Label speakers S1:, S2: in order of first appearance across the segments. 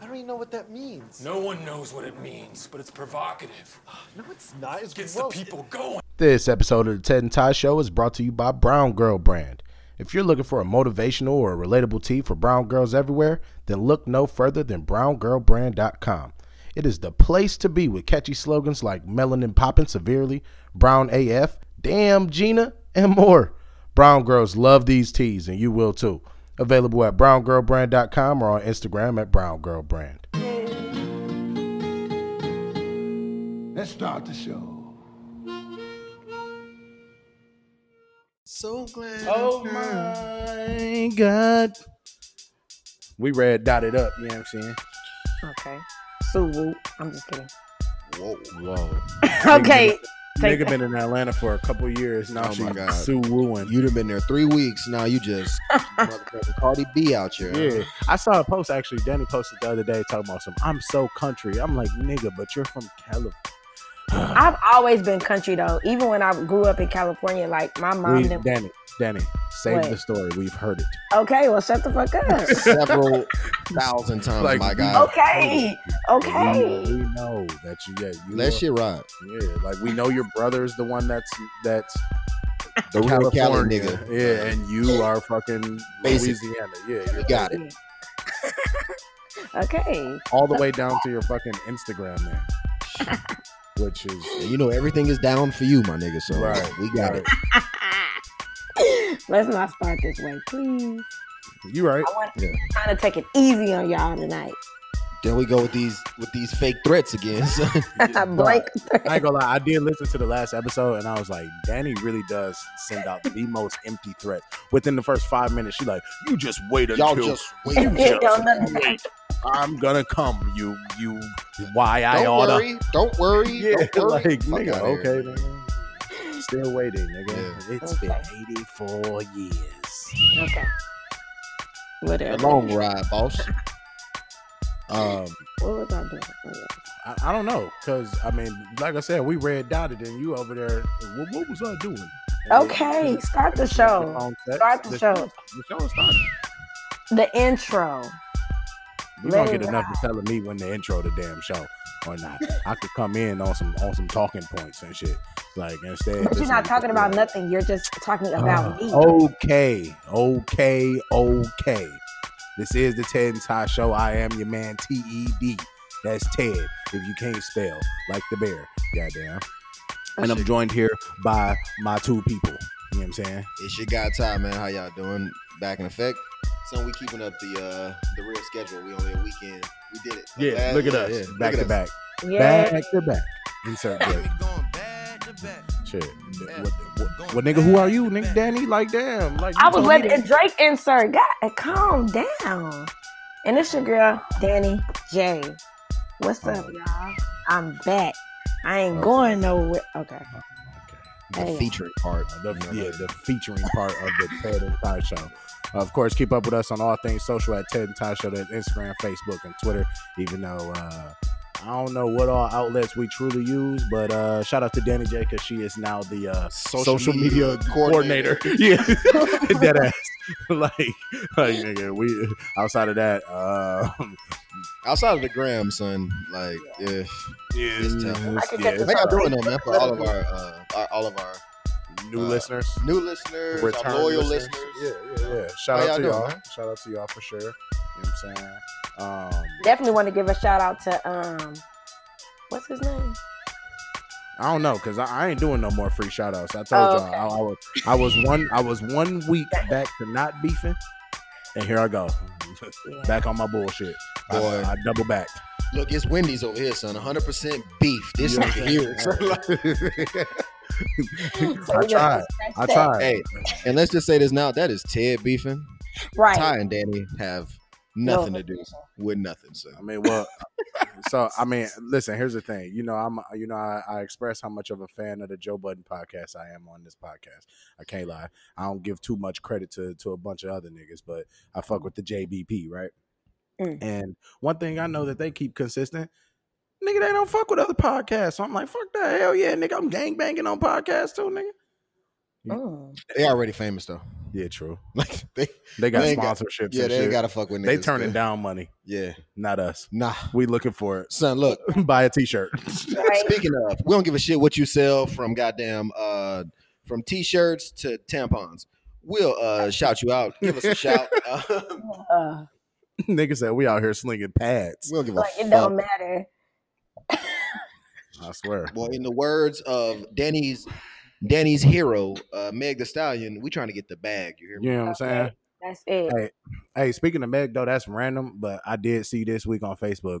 S1: I don't even know what that means.
S2: No one knows what it means, but it's provocative.
S1: No, it's not. It's
S2: Gets the
S1: gross.
S2: people going.
S3: This episode of the Ted and Ty Show is brought to you by Brown Girl Brand. If you're looking for a motivational or a relatable tee for brown girls everywhere, then look no further than browngirlbrand.com. It is the place to be with catchy slogans like Melanin Poppin' Severely, Brown AF, Damn Gina, and more. Brown girls love these tees, and you will too. Available at browngirlbrand.com or on Instagram at browngirlbrand.
S4: Let's start the show.
S1: So glad.
S3: Oh my god. We red dotted up, you know what I'm saying?
S5: Okay. So woo. I'm just kidding.
S6: Whoa.
S3: Whoa.
S5: Okay. take
S3: Nigga
S5: that.
S3: been in Atlanta for a couple years now.
S6: Oh
S3: she
S6: my God.
S3: Sue wooing.
S6: You done been there three weeks. Now you just motherfucking Cardi B out here.
S3: yeah. I saw a post actually Danny posted the other day talking about some I'm so country. I'm like, nigga, but you're from California.
S5: I've always been country though. Even when I grew up in California, like my mom.
S3: We've-
S5: Didn't,
S3: Danny, Danny, save
S5: What?
S3: the story. We've heard it.
S5: okay. Well, shut the fuck up.
S6: Several thousand times,
S3: Like,
S6: my guy.
S5: okay.
S3: We,
S5: Okay.
S3: we know that you yeah, you
S6: Let
S3: are-
S6: shit ride.
S3: Yeah. Like we know your brother is the one that's that's
S6: The real Cali
S3: California.
S6: nigga.
S3: Yeah, and you are fucking
S6: Basic.
S3: Louisiana. Yeah,
S6: You
S3: you're
S6: got it.
S5: Okay.
S3: all the way down to your fucking Instagram there, which is
S6: And you know everything is down for you, my nigga. So
S3: Right,
S6: we got
S3: right.
S6: it.
S5: Let's not start this way, please.
S3: you right.
S5: I want
S6: Yeah.
S5: trying to take it easy on y'all tonight.
S6: There we go with these with these fake threats again. So
S5: Blank.
S3: I ain't gonna lie. I did listen to the last episode, and I was like, Danny really does send out the most empty threats. Within the first five minutes, she like, you just wait
S6: y'all
S3: until
S6: just wait.
S3: You just
S5: It don't look
S3: wait. I'm gonna come. You you why I
S6: Don't
S3: oughta.
S6: worry. Don't worry.
S3: Yeah,
S6: don't worry.
S3: like
S6: Fuck
S3: nigga,
S6: outta here.
S3: okay, man. Still waiting, nigga. It's been
S5: Okay.
S3: 84 years.
S5: okay.
S6: A
S5: Whatever.
S6: long ride, boss.
S3: Um,
S5: What was I doing? Okay.
S3: I, I don't know, cause I mean, like I said, we red dotted, and you over there. What, what was I doing?
S5: Okay, start the show.
S3: Um, that-
S5: Start the show.
S3: The show is starting.
S5: The intro.
S3: You
S5: Let
S3: don't
S5: it
S3: get enough for telling me when to intro the damn show or not. I could come in on some on some talking points and shit. Like instead,
S5: But
S3: this Uh,
S5: you're not
S3: nigga-
S5: talking about nothing. You're just talking about me.
S3: oh, Okay, okay, okay. This is the Ted and Ty Show. I am your man T E D. That's Ted. If you can't spell, like the bear, goddamn.
S5: Oh,
S3: And I'm joined here by my two people. You know what I'm saying?
S6: It's your guy Ty, man. How y'all doing? Back in effect. So we keeping up the uh the real schedule. We only a weekend. We did it. Bad- yeah, look
S3: Back
S6: at
S3: to
S6: us.
S3: back.
S5: Yeah.
S3: Back to back. Insert break.
S7: going bad to bad.
S3: Shit. What, what, what nigga? Who are you, nigga? Danny? Like damn. Like
S5: I
S3: you
S5: was
S3: told
S5: letting
S3: me
S5: and Drake insert. God, calm down. And it's your girl, Danny J. What's
S3: Oh.
S5: up, y'all? I'm back. I ain't going nowhere.
S3: to-
S5: Okay.
S3: Okay.
S6: The
S5: Hey.
S6: featuring part.
S3: the, yeah, the featuring part of the Ted and Ty Show. Of course, keep up with us on all things social at Ted and Ty Show. That's Instagram, Facebook, and Twitter. Even though uh, I don't know what all outlets we truly use, but uh, shout out to Danny J because she is now the uh, social, media, coordinator. Yeah, dead ass. like, like nigga, we outside of that, uh,
S6: Outside of the gram, son. Like, yeah. It's tough.
S5: I could
S3: yeah,
S5: get
S6: How
S5: this
S6: y'all doing though, man? For all of our, uh, our all of our
S3: new
S6: uh,
S3: listeners.
S6: new listeners,
S3: Return
S6: our loyal
S3: listeners.
S6: listeners.
S3: Yeah, yeah, yeah. Shout out
S6: How Oh, y'all
S3: to
S6: doing,
S3: y'all.
S6: man?
S3: Shout out to y'all for sure. You know what I'm saying? Um,
S5: Definitely want to give a shout out to um what's his name?
S3: I don't know because I, I ain't doing no more free shout outs. I told
S5: Oh,
S3: y'all I, I was I was one I was one week back to not beefing, and here I go
S5: Yeah.
S3: back on my bullshit. I-
S6: Boy.
S3: I, double back.
S6: Look, it's Wendy's over here, son. 100 percent beef. This
S3: Yeah.
S6: nigga here. son.
S5: So
S3: I
S5: we
S3: tried.
S5: gotta scratch
S3: I
S5: that.
S3: tried.
S6: hey, and let's just say this now. That is Ted beefing.
S5: Right.
S6: Ty and Danny have nothing
S5: No.
S6: to do with nothing, son.
S3: I mean, well, so I mean, listen. Here's the thing. You know, I'm. You know, I, I express how much of a fan of the Joe Budden podcast I am on this podcast. I can't lie. I don't give too much credit to to a bunch of other niggas, but I fuck with the JBP, right?
S5: Mm.
S3: And one thing I know that they keep consistent. Nigga, they don't fuck with other podcasts. So I'm like, fuck that. Hell yeah, nigga. I'm gang banging on podcasts too, nigga.
S5: Mm.
S6: They already famous though.
S3: Yeah, true.
S6: Like they,
S3: They got
S6: They ain't got-
S3: sponsorships.
S6: yeah,
S3: and
S6: they
S3: shit.
S6: ain't gotta fuck with niggas.
S3: They turning
S6: yeah.
S3: down money,
S6: Yeah,
S3: not us.
S6: nah,
S3: We looking for it.
S6: son. Look,
S3: Buy a T-shirt.
S5: Right?
S6: speaking of, we don't give a shit what you sell from goddamn uh from t-shirts to tampons. We'll uh shout you out. Give us a shout. Uh,
S5: Uh,
S3: Nigga said we out here slinging pads.
S6: we'll give a
S5: like it
S6: fuck.
S5: don't matter.
S3: I swear.
S6: Well, in the words of Danny's Danny's hero, uh, Meg the Stallion, we trying to get the bag. You hear me?
S3: You know what I'm saying?
S5: That's it.
S3: Hey, hey, speaking of Meg though, that's random, but I did see this week on Facebook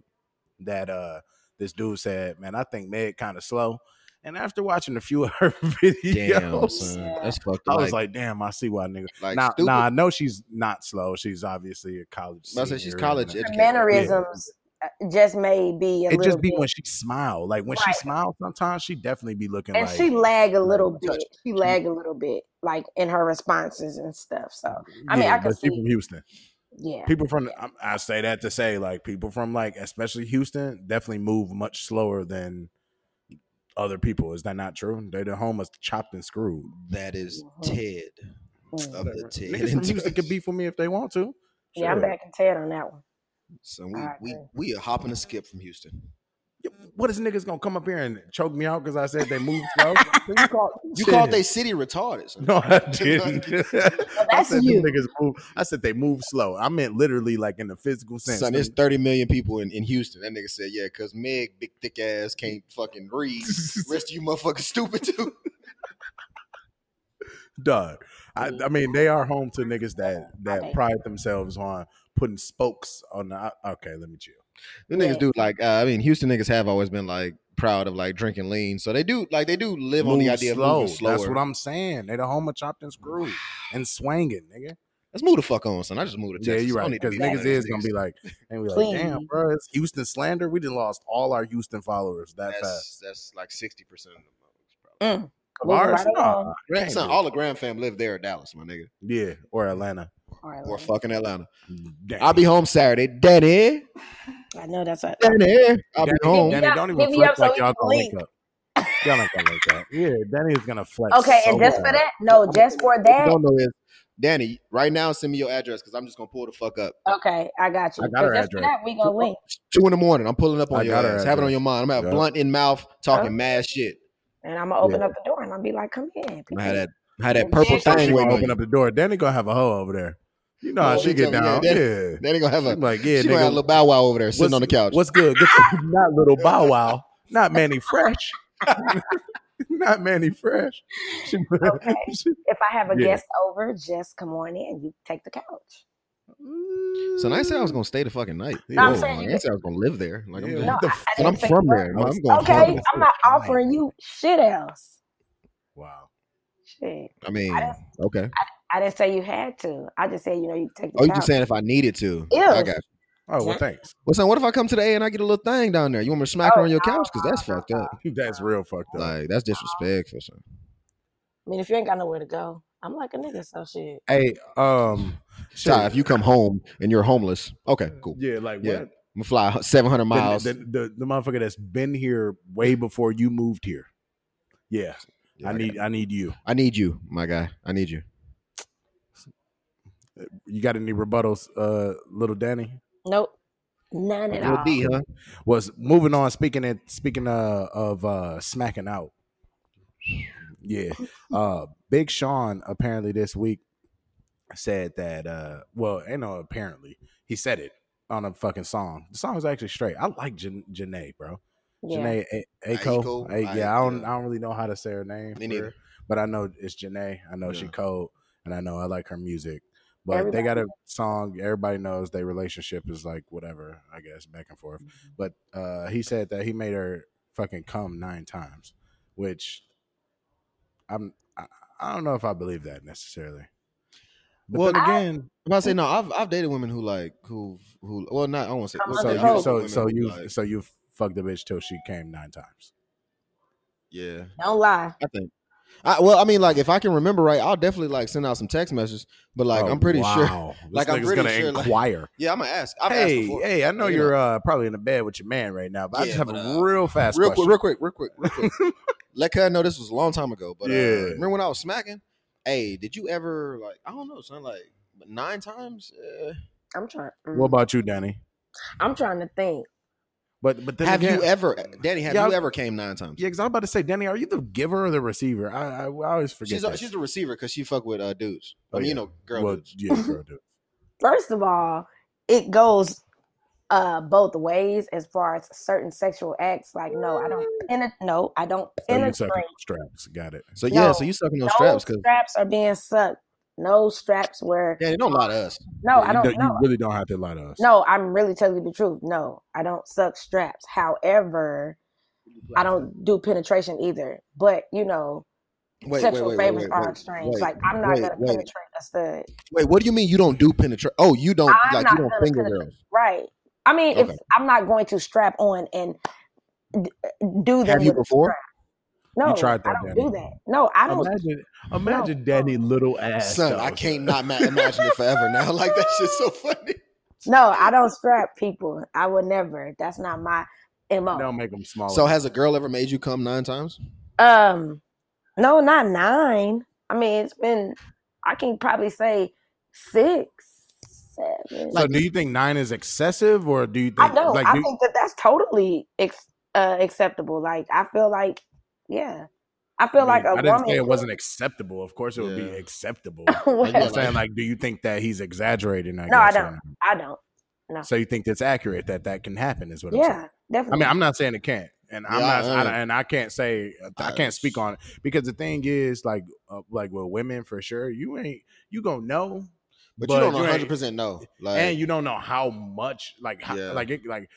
S3: that uh this dude said, "Man, I think Meg kind of slow." And after watching a few of her videos,
S5: son.
S6: that's fucked
S3: I was like, "Damn, I see why nigga."
S6: like
S3: now,
S6: stupid.
S3: now I know she's not slow. She's obviously a college.
S6: I said she's
S3: senior and
S6: college
S3: that-
S5: Her
S6: educated.
S5: mannerisms uh, just may be a
S3: It
S5: little
S3: just be
S5: bit.
S3: when she smile. Like when she
S5: Right.
S3: smiles, sometimes she definitely be looking
S5: and
S3: like
S5: she lag a little
S6: touch.
S5: bit. She lag a little bit, like in her responses and stuff. So I mean, I could
S3: but she
S5: see-
S3: from Houston.
S5: yeah,
S3: People from I'm- I say that to say like people from like especially Houston definitely move much slower than other people. Is that not true? They the home is chopped and screwed.
S6: That is
S5: Mhm.
S6: Ted
S5: Mm.
S6: of the Ted.
S3: Niggas from
S6: and
S3: Houston could beef with me if they want to.
S5: yeah, I'm
S3: Sure.
S5: back in Ted on that one.
S6: So we,
S5: I
S6: we
S5: agree.
S6: we are hopping a skip from Houston.
S3: What is niggas gonna come up here and choke me out because I said they move slow? you called,
S6: You called they city retarded. son.
S3: No, I didn't. I
S5: that's
S3: said them
S5: you.
S3: niggas move. I said they move slow. I meant literally like in the physical sense.
S6: Son,
S3: Them-
S6: there's 30 million people in, in Houston. That nigga said, yeah, because Meg, big thick ass, can't fucking read. Rest of you motherfuckers stupid too.
S3: Duh. I, I mean, they are home to niggas that that
S5: Okay.
S3: pride themselves on putting spokes on the. I- Okay, let me chill.
S6: The
S5: Yeah.
S6: niggas do like uh, I mean Houston niggas have always been like proud of like drinking lean, so they do like they do live on the
S3: Move
S6: idea of
S3: slow.
S6: moving slower.
S3: That's what I'm saying. They the home of chopped and screwed and swanging, nigga.
S6: Let's move the fuck on, son. I just moved to
S3: Yeah,
S6: Texas.
S3: you're
S6: I
S3: right.
S6: don't need to
S3: Because
S6: be one
S3: niggas
S6: of
S3: is
S6: those
S3: gonna
S6: niggas.
S3: be like, and we like, damn,
S5: Please.
S3: bro, it's Houston slander. We just lost all our Houston followers that
S6: that's
S3: fast.
S6: that's like sixty percent of them. Probably.
S5: Mm. Moving
S3: Ours?
S5: right
S3: Nah,
S5: along.
S6: Grand,
S3: can't
S6: son,
S3: do it.
S6: all the Graham fam live there in Dallas, my nigga,
S3: yeah, or Atlanta.
S5: All right,
S6: or
S5: Lord.
S6: fucking Atlanta.
S3: Damn.
S6: I'll be home Saturday, Danny.
S5: I know that's what.
S6: Danny, I'll be
S3: Danny,
S6: home.
S3: Danny,
S5: Yeah,
S3: don't even
S5: hit me
S3: flex
S5: up so
S3: like
S5: we
S3: y'all
S5: can
S3: gonna link
S5: link.
S3: up. Y'all not gonna link up. Yeah, Danny is gonna flex.
S5: Okay, and
S3: so
S5: just for
S3: hard.
S5: that, no, just for
S6: What you
S5: that.
S6: don't know is Danny. Right now, send me your address because I'm just gonna pull the fuck up.
S5: Okay, I got you.
S3: I got her
S5: 'Cause just for
S3: address.
S5: that, we gonna link.
S6: Two in the morning, I'm pulling up on
S3: I
S6: your
S3: got her
S6: ass. Have it
S3: address.
S6: on your mind. I'm gonna have
S3: Yup.
S6: blunt in mouth, talking mad shit.
S5: And I'm gonna open up the door and I'll be like, "Come in,
S6: I'm
S5: people."
S6: gonna have that, have
S5: Yeah,
S6: that purple
S5: she
S3: She
S6: thing
S3: gonna
S6: waiting on
S3: open
S6: you.
S3: up the door. Danny gonna have a hoe over there. You know how
S6: Oh,
S3: she
S6: she
S3: get
S6: gonna-
S3: down.
S6: yeah,
S3: Yeah.
S6: Then they gonna have
S3: She
S6: a
S3: like, yeah,
S6: she gonna have a
S3: nigga.
S6: little bow wow over there
S3: what's-
S6: sitting on the couch.
S3: What's good? Get your, not little Bow Wow. Not Manny Fresh. not Manny Fresh. She,
S5: Okay. If I have a
S3: Yeah.
S5: guest over, just come on in. You take the couch.
S6: So I said I was gonna stay the fucking night.
S5: No, I'm
S6: Whoa,
S5: saying
S6: I
S5: you
S6: didn't say I was gonna live there. Like
S3: Yeah,
S6: I'm,
S5: No,
S3: what
S6: just,
S3: the
S5: I,
S3: f-
S5: I
S6: and
S5: didn't
S6: I'm
S5: say
S6: from
S5: what.
S6: there. I'm going.
S5: Okay,
S6: home.
S5: I'm not offering you shit else.
S3: wow.
S5: Shit.
S6: I mean,
S5: I
S6: okay.
S5: I didn't say you had to. I just said, you know, you can take the
S6: Oh, you
S5: couch.
S6: just saying if I needed to?
S5: Ew.
S6: I got. You.
S3: Oh well, thanks.
S6: Well, son, what if I come to the A and I get a little thing down there? You want me to smack her
S5: Oh,
S6: on your
S5: no,
S6: couch? Because that's
S5: no,
S6: fucked up.
S3: That's real fucked up.
S6: Like that's disrespectful, son.
S5: I mean, if you ain't got nowhere to go, I'm like a nigga, so shit.
S3: Hey, um, shit.
S6: Ty, if you come home and you're homeless, okay, cool.
S3: yeah, like
S6: Yeah.
S3: what?
S6: I'm gonna fly 700
S3: The-
S6: miles.
S3: The, the, the motherfucker that's been here way before you moved here. Yeah,
S6: Yeah,
S3: I
S6: got
S3: need
S6: you.
S3: I need you.
S6: I need you, my guy. I need you.
S3: You got any rebuttals, uh, little Danny?
S5: Nope. None at
S6: Little
S5: all.
S6: D, huh?
S3: Was moving on. Speaking and speaking uh, of uh, smacking out. Yeah, uh, Big Sean apparently this week said that. Uh, well, ain't no apparently he said it on a fucking song. The song is actually straight. I like Jan- Janae, bro.
S5: Yeah.
S3: Janae A- Aiko.
S6: Aiko,
S3: A- yeah, I
S6: Aiko.
S3: don't, I don't really know how to say her name.
S6: Me
S3: for
S6: neither.
S3: real, But I know it's Janae. I know she
S6: Yeah.
S3: code, and I know I like her music. But they
S5: Everybody-
S3: got a song. Everybody knows their relationship is like whatever, I guess, back and forth.
S5: Mm-hmm.
S3: But uh, he said that he made her fucking come nine times, which I'm I, I don't know if I believe that necessarily. But
S6: Well,
S3: then
S5: I-
S3: again,
S6: I'm about to say no. I've I've dated women who like who who well not I won't say.
S5: Come
S6: well,
S5: on
S3: so
S5: the
S6: I've
S3: you
S5: road.
S6: dated
S3: so
S6: women
S3: so
S6: who,
S3: you
S6: like,
S3: so you fucked the bitch till she came nine times.
S6: yeah.
S5: Don't lie.
S6: I think. I, well, I mean, like if I can remember right, I'll definitely like send out some text messages. But like
S3: Oh,
S6: I'm pretty sure.
S3: wow. This
S6: like, I'm
S3: nigga's
S6: pretty
S3: gonna
S6: sure, like-
S3: inquire.
S6: Yeah, I'm gonna ask. I've asked
S3: hey,
S6: before.
S3: hey, I know
S6: You
S3: you're uh, probably in the bed with your man right now, but I
S6: Yeah,
S3: just have
S6: but,
S3: a
S6: uh,
S3: real fast
S6: real
S3: question.
S6: quick, real quick, real quick, real quick. Let her know this was a long time ago, but yeah.
S3: Yeah.
S6: remember when I was smacking? hey, did you ever like? I don't know, son. Like but nine times. Uh,
S5: I'm trying.
S3: What about you, Danny?
S5: I'm trying to think.
S3: But but then
S6: have
S3: again-
S6: you ever, Danny? Have
S3: Yeah,
S6: you
S3: I-
S6: ever came nine times?
S3: Yeah, because I'm about to say, Danny, are you the giver or the receiver? I I, I always forget.
S6: she's a,
S3: that.
S6: she's a receiver because she fuck with uh dudes.
S3: Oh,
S6: I mean,
S3: yeah.
S6: you know, girl
S3: well,
S6: dudes.
S3: yeah, girl dude.
S5: First of all, it goes uh both ways as far as certain sexual acts. Like, no, I don't penetrate. No, I don't
S3: Mm. So you
S5: penetrate.
S3: suck on straps. Got it.
S6: So
S5: No,
S6: yeah, so you sucking
S5: no
S6: those straps because
S5: straps are being sucked. No straps were.
S6: Danny don't lie to us.
S5: No,
S3: Yeah,
S5: I
S3: you
S5: don't.
S3: You
S5: know.
S3: really don't have to lie to us.
S5: No, I'm really telling you the truth. No, I don't suck straps. However, I don't do penetration either. But you know,
S6: Wait, wait,
S5: sexual
S6: wait, wait,
S5: favors
S6: wait,
S5: are
S6: wait,
S5: exchange.
S6: wait,
S5: like I'm not
S6: wait,
S5: gonna
S6: wait.
S5: penetrate a stud.
S6: Wait, what do you mean you don't do penetrate? Oh, you don't
S5: I'm
S6: like
S5: not
S6: you don't
S5: gonna
S6: finger
S5: penetrate.
S6: girls.
S5: Right. I mean, if
S6: Okay.
S5: I'm not going to strap on and d- do that.
S6: Have you before?
S5: No,
S3: You tried
S5: I
S3: that,
S5: don't
S3: Danny.
S5: do that. No,
S6: Oh,
S5: I don't.
S3: Imagine, imagine Danny little ass.
S6: Son,
S3: though.
S6: I can't not ma- imagine it forever now. Like that shit's so funny.
S5: No, I don't strap people. I would never. That's not my mo.
S3: Now make them smaller.
S6: So has a girl ever made you come nine times?
S5: Um, no, not nine. I mean, it's been. I can probably say six, seven.
S3: so do you think nine is excessive, or do you think
S5: I don't.
S3: like
S5: I
S3: do,
S5: think that that's totally ex- uh, acceptable. Like I feel like, yeah, I feel like a
S3: I didn't
S5: woman.
S3: say it wasn't acceptable. Of course, it would be
S6: Yeah.
S3: acceptable.
S5: Well,
S3: I'm saying like, do you think that he's exaggerating? I
S5: No, I
S3: guess, or
S5: don't.
S3: not?
S5: I don't.
S3: So you think that's accurate that that can happen? Is what I'm saying.
S5: Yeah,
S3: I
S5: definitely.
S3: mean, I'm not saying it can't, and I'm
S6: Yeah,
S3: not,
S6: I-
S3: I, don't- and I can't say I can't speak on it because the thing is, like, uh, like with women for sure, you ain't you gonna know,
S6: But, you don't
S3: ain't-
S6: 100 percent know. Like
S3: and you don't know how much, like, how,
S6: Yeah.
S3: like it, like,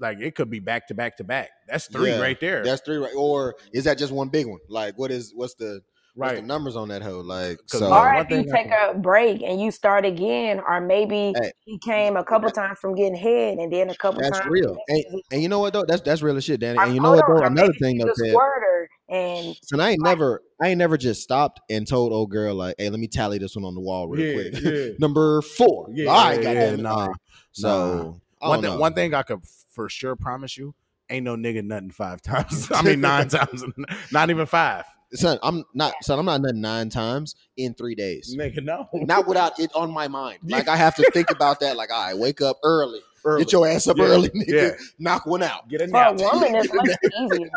S3: like it could be back to back to back. That's three
S6: Yeah,
S3: right there,
S6: that's three, right? Or is that just one big one? Like what is what's the what's
S3: right?
S6: the numbers on that hoe? Like
S3: 'Cause
S6: so.
S3: my-
S5: or
S3: one
S5: if you
S3: thing I
S5: take a break and you start again, or maybe
S6: Hey.
S5: he came a couple times from getting head, and then a couple
S6: That's
S5: times.
S6: real, and, and you know what though? That's that's real as shit, Danny. And you know
S5: hold
S6: what
S5: on,
S6: though?
S5: or
S6: Another
S5: maybe
S6: thing
S5: she's
S6: though,
S5: a
S6: Ted,
S5: squirter, and
S6: and I ain't
S5: Like-
S6: never, I ain't never just stopped and told old girl like, "Hey, let me tally this one on the wall real
S3: yeah,
S6: quick."
S3: yeah.
S6: Number four.
S3: Yeah,
S6: All right,
S3: yeah,
S6: goddamn
S3: yeah,
S6: it.
S3: nah,
S6: So I
S3: one
S6: don't
S3: thing,
S6: know.
S3: one thing I could for sure promise you, ain't no nigga nothing five times. I mean, nine times, not even five.
S6: son, I'm not son. I'm not nothing nine times in three days.
S3: Nigga, no.
S6: Not without it on my mind. Like I have to think about that. Like, all right, wake up early.
S3: Early.
S6: Get your ass up
S3: Yeah,
S6: early, nigga.
S3: yeah.
S6: Knock one out.
S3: Get a
S5: for a
S3: nap.
S5: woman, it's much easier,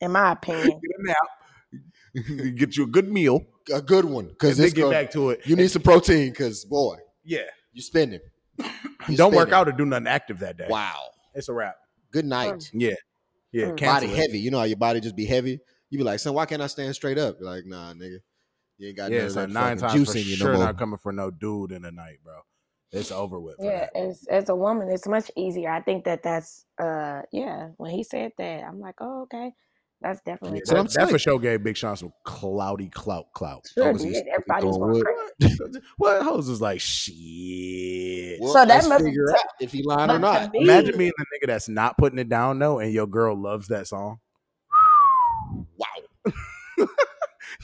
S5: in my opinion.
S3: Get a nap. Get you a good meal.
S6: A good one,
S3: and
S6: because
S3: then
S6: this
S3: get
S6: girl,
S3: back to it.
S6: you need some protein, because boy,
S3: Yeah.
S6: you spending. You
S3: Don't work
S6: spending.
S3: out or do nothing active that day.
S6: Wow.
S3: It's a wrap.
S6: Good night.
S3: Yeah. Yeah.
S5: Mm.
S3: cancel
S6: Body
S3: it.
S6: heavy. You know how your body just be heavy. You be like, son, why can't I stand straight up? You're like, nah, nigga. You ain't got
S3: Yeah,
S6: none
S3: it's
S6: of
S3: like
S6: that
S3: nine
S6: fucking
S3: times
S6: juice
S3: for
S6: in you no
S3: sure
S6: more.
S3: not coming for no dude in the night, bro. It's over with. for
S5: Yeah,
S3: that.
S5: as as a woman, it's much easier. I think that that's uh yeah. When he said that, I'm like, oh okay, that's
S3: Yeah,
S5: definitely.
S6: So I'm
S3: that, that for
S6: saying-
S3: sure gave Big Sean some cloudy clout clout.
S5: Sure
S6: was he
S5: did. Everybody was
S6: on
S5: going
S6: wood?
S5: crazy.
S3: what hoes is like shit.
S6: Well,
S5: So that
S6: let's
S5: must-
S6: figure out if he lying
S5: but to
S6: or not.
S5: me-
S3: Imagine being the nigga that's not putting it down though, and your girl loves that song.
S6: Wow.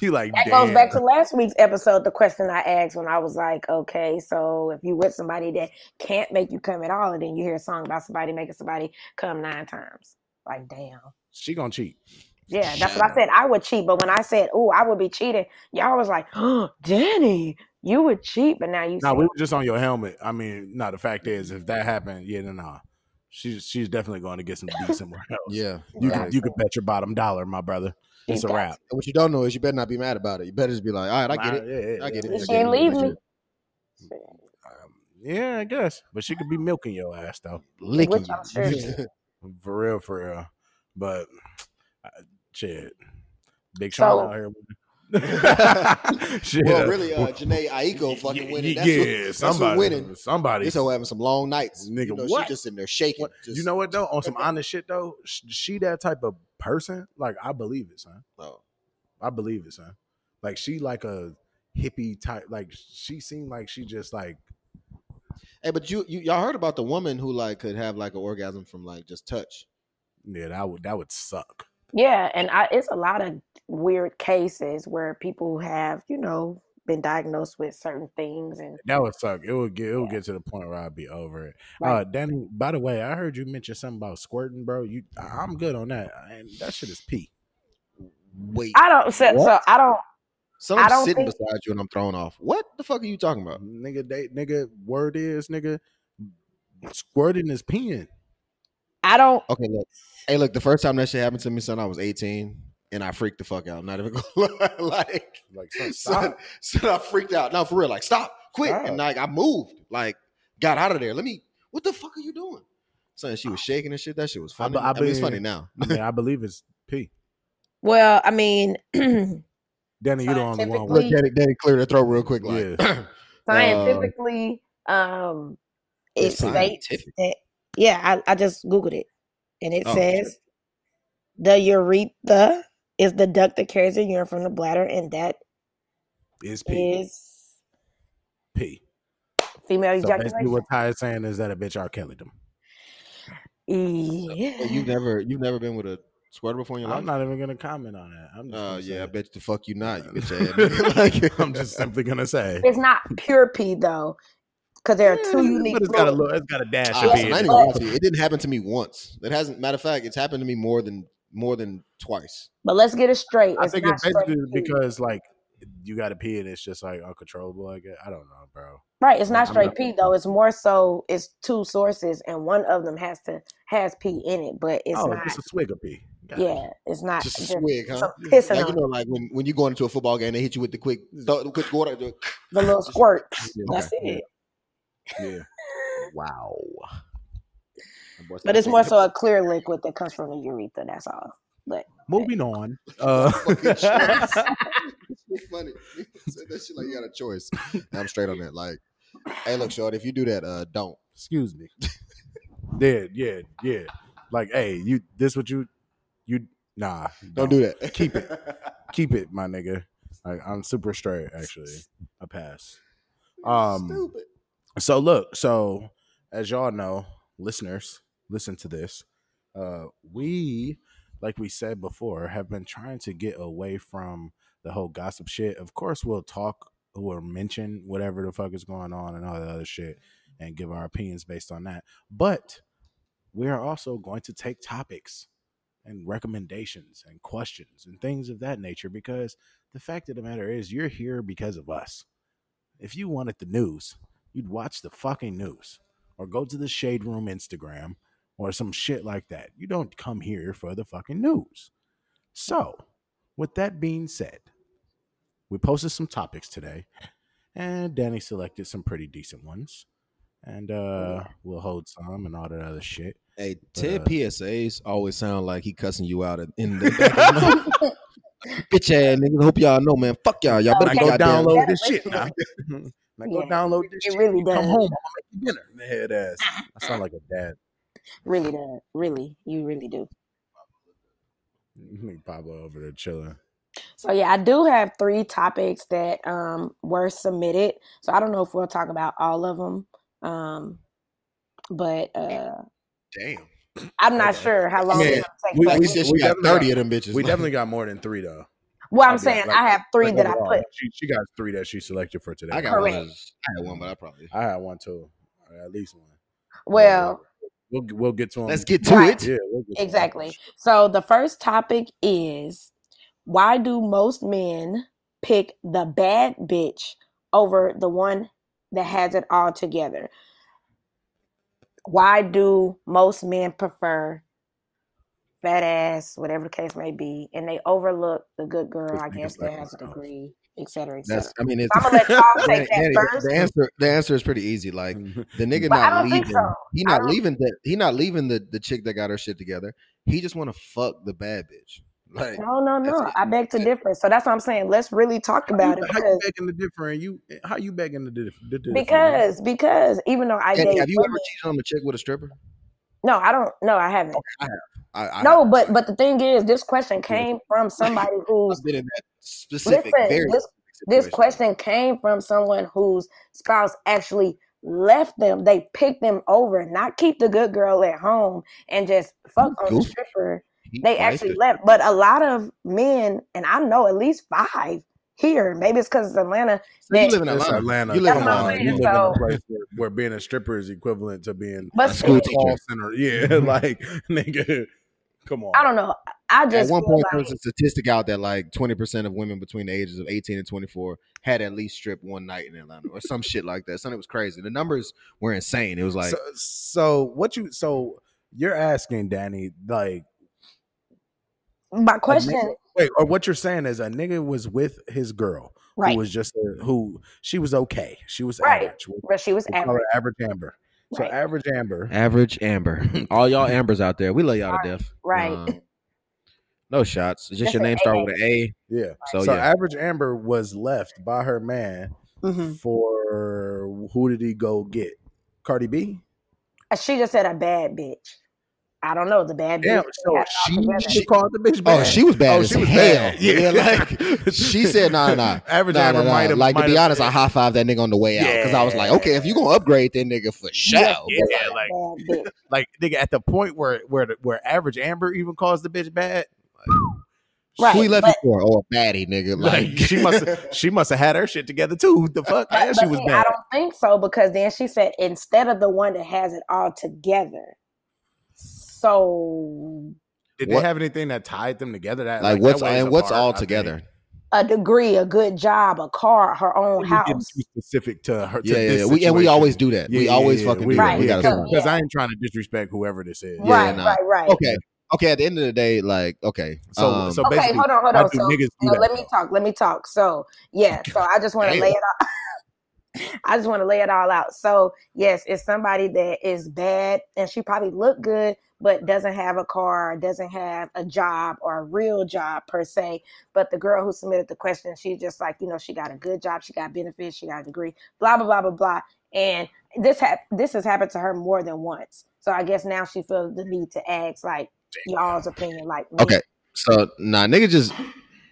S3: You like
S5: That
S3: damn.
S5: goes back to last week's episode. The question I asked when I was like, okay, so if you with somebody that can't make you come at all, and then you hear a song about somebody making somebody come nine times, like damn.
S3: she gonna cheat.
S5: Yeah, that's what I said. I would cheat, but when I said, "Oh, I would be cheating," y'all was like, "Oh, Danny, you would cheat," but now you
S3: No,
S5: say,
S3: we were just on your helmet. I mean, no, the fact is, if that happened, yeah, no, no. She's she's definitely going to get some D somewhere else.
S6: Yeah.
S3: You
S6: right.
S3: can you can bet your bottom dollar, my brother. It's a wrap.
S6: And what you don't know is you better not be mad about it. You better just be like, all right, I get it.
S3: Yeah, yeah,
S6: I get
S3: yeah.
S6: it.
S5: "You
S6: I get
S5: can't
S6: it.
S5: leave me."
S3: Um, yeah, I guess. But she could be milking your ass though.
S6: Licking.
S5: Which I'm sure she-
S3: For real, for real. But uh, shit. Big Sean
S5: So-
S3: out here. shit.
S6: Well, really, uh, Janae Aiko fucking winning. That's
S3: yeah,
S6: what,
S3: somebody,
S6: That's what winning.
S3: somebody.
S6: This hoe having some long nights.
S3: Nigga,
S6: you know,
S3: what?
S6: She just sitting there shaking.
S3: What-
S6: Just,
S3: you know what though? On some honest shit though, sh- she that type of person. Like I believe it, son.
S6: Oh.
S3: I believe it, son. Like she like a hippie type. Like she seemed like she just like
S6: Hey, but you, you y'all heard about the woman who like could have like an orgasm from like just touch.
S3: yeah. That would that would suck.
S5: Yeah, and I, it's a lot of weird cases where people have, you know, been diagnosed with certain things, and
S3: That would suck. It would get it would get to the point where I'd be over it.
S5: Right.
S3: Uh, Danny. By the way, I heard you mention something about squirting, bro. You, I- I'm good on that. And that shit is pee.
S6: Wait.
S5: I don't. So, so I don't.
S6: Some
S5: I don't
S6: sitting
S5: think-
S6: beside you and I'm thrown off. What the fuck are you talking about?
S3: Um, nigga, they, nigga, word is, nigga, squirting his pen.
S5: I don't.
S6: Okay, look. Hey, look. The first time that shit happened to me, son, I was 18 and I freaked the fuck out. I'm not even gonna lie. like,
S3: Like, son,
S6: son,
S3: stop.
S6: son, I freaked out. No, for real. Like, stop, quick, and like I moved. Like, got out of there. Let me. What the fuck are you doing? Son, she was shaking and shit. That shit was
S3: I
S6: funny.
S3: be-
S6: I,
S3: I
S6: mean, it's
S3: been-
S6: funny now.
S3: I mean, I believe it's P.
S5: Well, I mean,
S3: Uh, Danny,
S5: scientifically,
S3: you the only one.
S5: Scientifically-
S3: Right?
S6: Look, Daddy, Daddy, clear the throat real quick. Like,
S5: um, it
S6: it's
S5: states
S6: scientific.
S5: that. Yeah, I, I just googled it, and it
S6: Oh, shit.
S5: says the urethra is the duct that carries the urine from the bladder, and that
S3: It's P.
S5: is
S3: P.
S5: female
S3: So basically,
S5: ejaculation.
S3: what Ty is saying is that a bitch R. Kelly them.
S5: yeah.
S6: Hey, you've never, you've never been with a squirter before in your life.
S3: I'm not even gonna comment on that. I'm just
S6: Uh,
S3: gonna
S6: yeah, I
S3: say-
S6: bet you the fuck you not, you bitch ass. Like,
S3: I'm just simply gonna say. "Eh,
S5: It's not pure pee though, because there are two unique.
S3: But it's got a
S5: fluids.
S3: little, it's got a dash
S6: Ah,
S3: of
S6: listen,
S3: P. in
S6: I
S3: it.
S6: ain't gonna lie to you. It didn't happen to me once. It hasn't. Matter of fact, it's happened to me more than more than twice.
S5: But let's get it straight.
S3: I
S5: It's
S3: think
S5: not
S3: it's basically
S5: straight pee.
S3: because like you got to pee and it's just like uncontrollable. I guess I don't know, bro.
S5: right, it's not
S3: I'm
S5: straight
S3: not-
S5: pee though. It's more so it's two sources, and one of them has to has pee in it, but it's
S3: oh,
S5: not.
S3: just a swig of pee. Got it.
S5: yeah, it's not
S6: Just a swig, huh?
S5: some pissing
S6: Like you
S5: on
S6: know, like when, when you go into a football game, they hit you with the quick, the quick water. the-
S5: the little squirts.
S3: Yeah,
S5: That's
S3: yeah,
S5: it.
S3: Yeah.
S6: Wow. That boy
S5: But
S6: started
S5: it's more
S6: taking
S5: so a clear liquid that comes from the urethra. That's all.
S3: Moving on. Uh,
S6: fucking choice. It's funny. Said that shit like you got a choice. I'm straight on that. Like, hey, look, short. If you do that, uh, don't.
S3: excuse me. Yeah, yeah, yeah. Like, hey, you. This what you. You nah.
S6: Don't do that.
S3: Keep it. Keep it, my nigga. Like, I'm super straight. Actually, I pass. Um,
S6: Stupid.
S3: So look, so as y'all know, listeners, listen to this. Uh we, like we said before, have been trying to get away from the whole gossip shit. Of course, we'll talk or mention whatever the fuck is going on and all the other shit and give our opinions based on that. But we are also going to take topics and recommendations and questions and things of that nature because the fact of the matter is you're here because of us. If you wanted the news, you'd watch the fucking news or go to the shade room Instagram or some shit like that. You don't come here for the fucking news. So, with that being said, we posted some topics today and Danny selected some pretty decent ones. And uh we'll hold some and all that other shit.
S6: Hey,
S3: uh,
S6: Ted PSAs always sound like he cussing you out at- in the back of his mouth. bitch ass niggas. Hope y'all know, man. Fuck y'all. Y'all better
S3: Now go
S6: go down
S3: download
S6: low.
S5: Yeah,
S3: this
S5: that's
S3: shit now. Now go
S5: Yeah,
S3: download this
S5: it
S3: shit.
S5: really
S3: You Come
S5: does.
S3: home, I'll make you dinner. in The head ass. I sound like a dad.
S5: Really, does. really, you really do.
S3: Me, Pablo over there chilling.
S5: So yeah, I do have three topics that um, were submitted. So I don't know if we'll talk about all of them, um, but uh,
S6: Damn.
S5: I'm not
S3: Okay.
S5: sure how long
S6: mean,
S5: it's gonna take.
S3: we-
S5: for
S6: Like
S5: it
S6: you
S5: to-
S6: said, she
S3: we
S6: got
S3: definitely
S6: thirty of them bitches.
S3: We
S6: Like,
S3: definitely got more than three though.
S5: well, I'm
S3: I'll be
S5: saying
S3: like-
S5: I have three
S3: Like,
S5: that I
S3: overall,
S5: put.
S3: She, she got three that she selected for today.
S6: I got one.
S5: Correct.
S6: of those. I had one, but I probably.
S3: I had one too. I had at least one.
S5: Well,
S3: we'll we'll get to them.
S6: Let's get to
S5: Right.
S6: it.
S3: yeah, we'll get to 'em.
S5: Exactly. So the first topic is why do most men pick the bad bitch over the one that has it all together? Why do most men prefer fat ass, whatever the case may be, and they overlook the good girl,
S3: Just
S5: I
S3: niggas
S5: guess,
S3: like
S5: that has a
S3: myself.
S5: degree, et cetera, et cetera.
S6: That's. I mean, it's.
S5: I'm gonna let y'all take
S6: Danny,
S5: that first.
S6: the answer. The answer is pretty easy. Like the nigga
S5: But I
S6: not
S5: don't think
S6: leaving.
S5: so.
S6: He
S5: I
S6: not
S5: don't-
S6: leaving the. He not leaving the the chick that got her shit together. He just want to fuck the bad bitch. Like
S5: No, no,
S6: That's
S5: no.
S6: it.
S5: I beg to differ. So that's what I'm saying. Let's really talk
S3: How
S5: about
S3: you,
S5: it
S3: how you
S5: because
S3: begging the different? You how you begging the dif- the different?
S5: because because even though I
S6: Danny,
S5: date
S6: have you
S5: women,
S6: ever cheated on a chick with a stripper?
S5: no, I don't. No, I haven't.
S6: I, I
S5: no,
S6: have.
S5: but but the thing is, this question came from somebody who's
S6: I've been in that specific.
S5: listen.
S6: very
S5: This
S6: specific
S5: this
S6: situation.
S5: question came from someone whose spouse actually left them. They picked them over, not keep the good girl at home and just fuck on the
S6: Goofy.
S5: stripper.
S6: He
S5: They
S6: priced
S5: actually
S6: it.
S5: left, but a lot of men, and I know at least five here. Maybe it's because it's Atlanta.
S6: So you
S5: that-
S6: live in
S3: That's
S6: Atlanta.
S3: Atlanta.
S6: You live in
S3: Come on,
S6: Atlanta.
S3: you live
S5: So-
S3: in a place where, where being a stripper is equivalent to being
S5: But
S3: a
S6: school
S3: school
S6: teacher.
S3: call center. Yeah, like nigga, Come on.
S5: I don't know. I just
S6: At one
S5: feel
S6: point, there
S5: like,
S6: was a statistic out that like 20% of women between the ages of 18 and 24 had at least stripped one night in Atlanta or some shit like that. Son, it was crazy. The numbers were insane. It was like,
S3: so, so what you so you're asking Danny like
S5: my question,
S3: nigga- wait or what you're saying is a nigga was with his girl
S5: right?
S3: who was just a, who she was okay she was
S5: Right.
S3: average we
S5: but she was
S3: we call
S5: average.
S3: her average Amber so
S5: right.
S3: average Amber
S6: average Amber. All y'all Ambers out there, we love y'all to death.
S5: right.
S6: Um, no shots. It's just
S5: That's
S6: your
S5: an
S6: name start with an A.
S3: yeah
S6: So,
S3: so
S6: yeah.
S3: average Amber was left by her man Mm-hmm.
S5: Mhm.
S3: for who did he go get Cardi B
S5: Uh, She just said a bad bitch. I don't know the bad
S3: damn
S5: bitch.
S3: so
S5: got
S3: she,
S5: all together.
S3: she called the bitch
S6: Oh,
S3: bad.
S6: she was bad
S3: Oh,
S6: as
S3: she was
S6: hell.
S3: bad.
S6: Yeah.
S3: Yeah.
S6: like she said, "Nah, nah, nah."
S3: average
S6: Nah,
S3: Amber
S6: nah, nah.
S3: might have
S6: Like to
S3: might
S6: be
S3: have
S6: honest, I
S3: said-
S6: high five that nigga on the way out because I was like,
S3: Yeah.
S6: okay, if you gonna upgrade that nigga for sure,
S5: Yeah,
S6: but,
S3: yeah,
S6: like,
S3: like
S5: Bad bitch.
S3: like nigga at the point where where the- where average Amber even calls the bitch bad.
S5: Right,
S6: who he left
S5: but-
S6: it for? Oh, a baddie, nigga. Like,
S3: Like she must she must have had her shit together too. What The fuck,
S5: But-
S3: man, she
S5: but
S3: was
S5: see, I
S3: bad.
S5: don't think so because then she said instead of the one that has it all together. So
S3: Did
S6: What-
S3: they have anything that tied them together? That
S6: like,
S3: that
S6: what's
S3: weighs
S6: and what's
S3: apart,
S6: all
S3: I think.
S6: together?
S5: a degree, a good job, a car, her own
S3: We get
S5: house.
S3: too specific to her. to
S6: Yeah, yeah,
S3: this
S6: yeah. We, and we
S3: situation.
S6: always do that.
S3: Yeah,
S6: we
S3: yeah,
S6: always
S3: yeah,
S6: fucking
S3: we
S6: do that.
S5: Right,
S6: We gotta
S5: because-
S6: stop.
S3: because
S5: yeah.
S3: I ain't trying to disrespect whoever this is.
S6: Yeah,
S5: right,
S6: nah.
S5: right, right.
S6: Okay, okay. At the end of the day, like, okay.
S3: So
S6: um,
S3: so
S5: Okay,
S3: basically,
S5: hold on, hold
S3: how
S5: on.
S3: do
S5: So,
S3: niggas do
S5: no,
S3: that,
S5: let me
S3: though?
S5: talk. Let me talk. So, yeah. So I just want to
S6: Damn.
S5: lay it out. I just want to lay it all out. So, yes, it's somebody that is bad, and she probably look good, but doesn't have a car, doesn't have a job or a real job per se. But the girl who submitted the question, she's just like, you know, she got a good job, she got benefits, she got a degree, blah blah blah blah blah. And this ha- this has happened to her more than once. So I guess now she feels the need to ask like y'all's opinion, like me.
S6: Okay. So nah, nigga just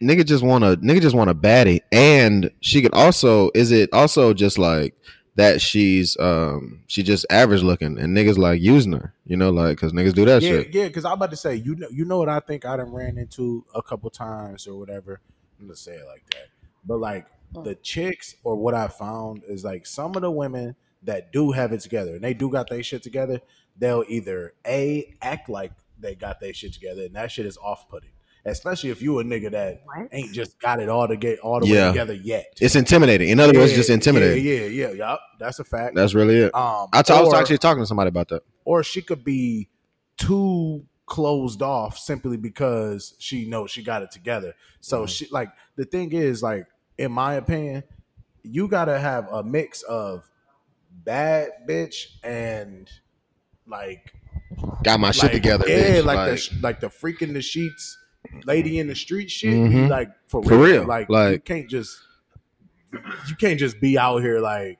S6: nigga just want to nigga just want to baddie, and she could also is it also just like that she's um she just average looking, and niggas like using her, you know, like because niggas do that
S3: yeah,
S6: shit.
S3: yeah. Because I'm about to say, you know, you know what I think I done ran into a couple times or whatever. I'm gonna say it like that. But like
S5: Hmm.
S3: the chicks or what I found is like some of the women that do have it together and they do got their shit together, they'll either a act like they got their shit together and that shit is off putting. Especially if you a nigga that
S5: What?
S3: ain't just got it all to get all the
S6: Yeah.
S3: way together yet.
S6: It's intimidating. In other words, it's just
S3: Yeah,
S6: intimidating.
S3: Yeah, yeah, yeah. Yup, that's a fact.
S6: That's really it.
S3: um,
S6: I, t- I was
S3: or-
S6: actually talking to somebody about that.
S3: or she could be too closed off simply because she knows she got it together. So she like the thing is like in my opinion, you gotta have a mix of bad bitch and like
S6: Got my shit
S3: like,
S6: together.
S3: Yeah, like
S6: bitch. Like,
S3: the sh- like the freak in the sheets, lady in the street shit.
S6: Mhm.
S3: Like for,
S6: For
S3: real,
S6: real,
S3: like, you
S6: like-
S3: can't just you can't just be out here like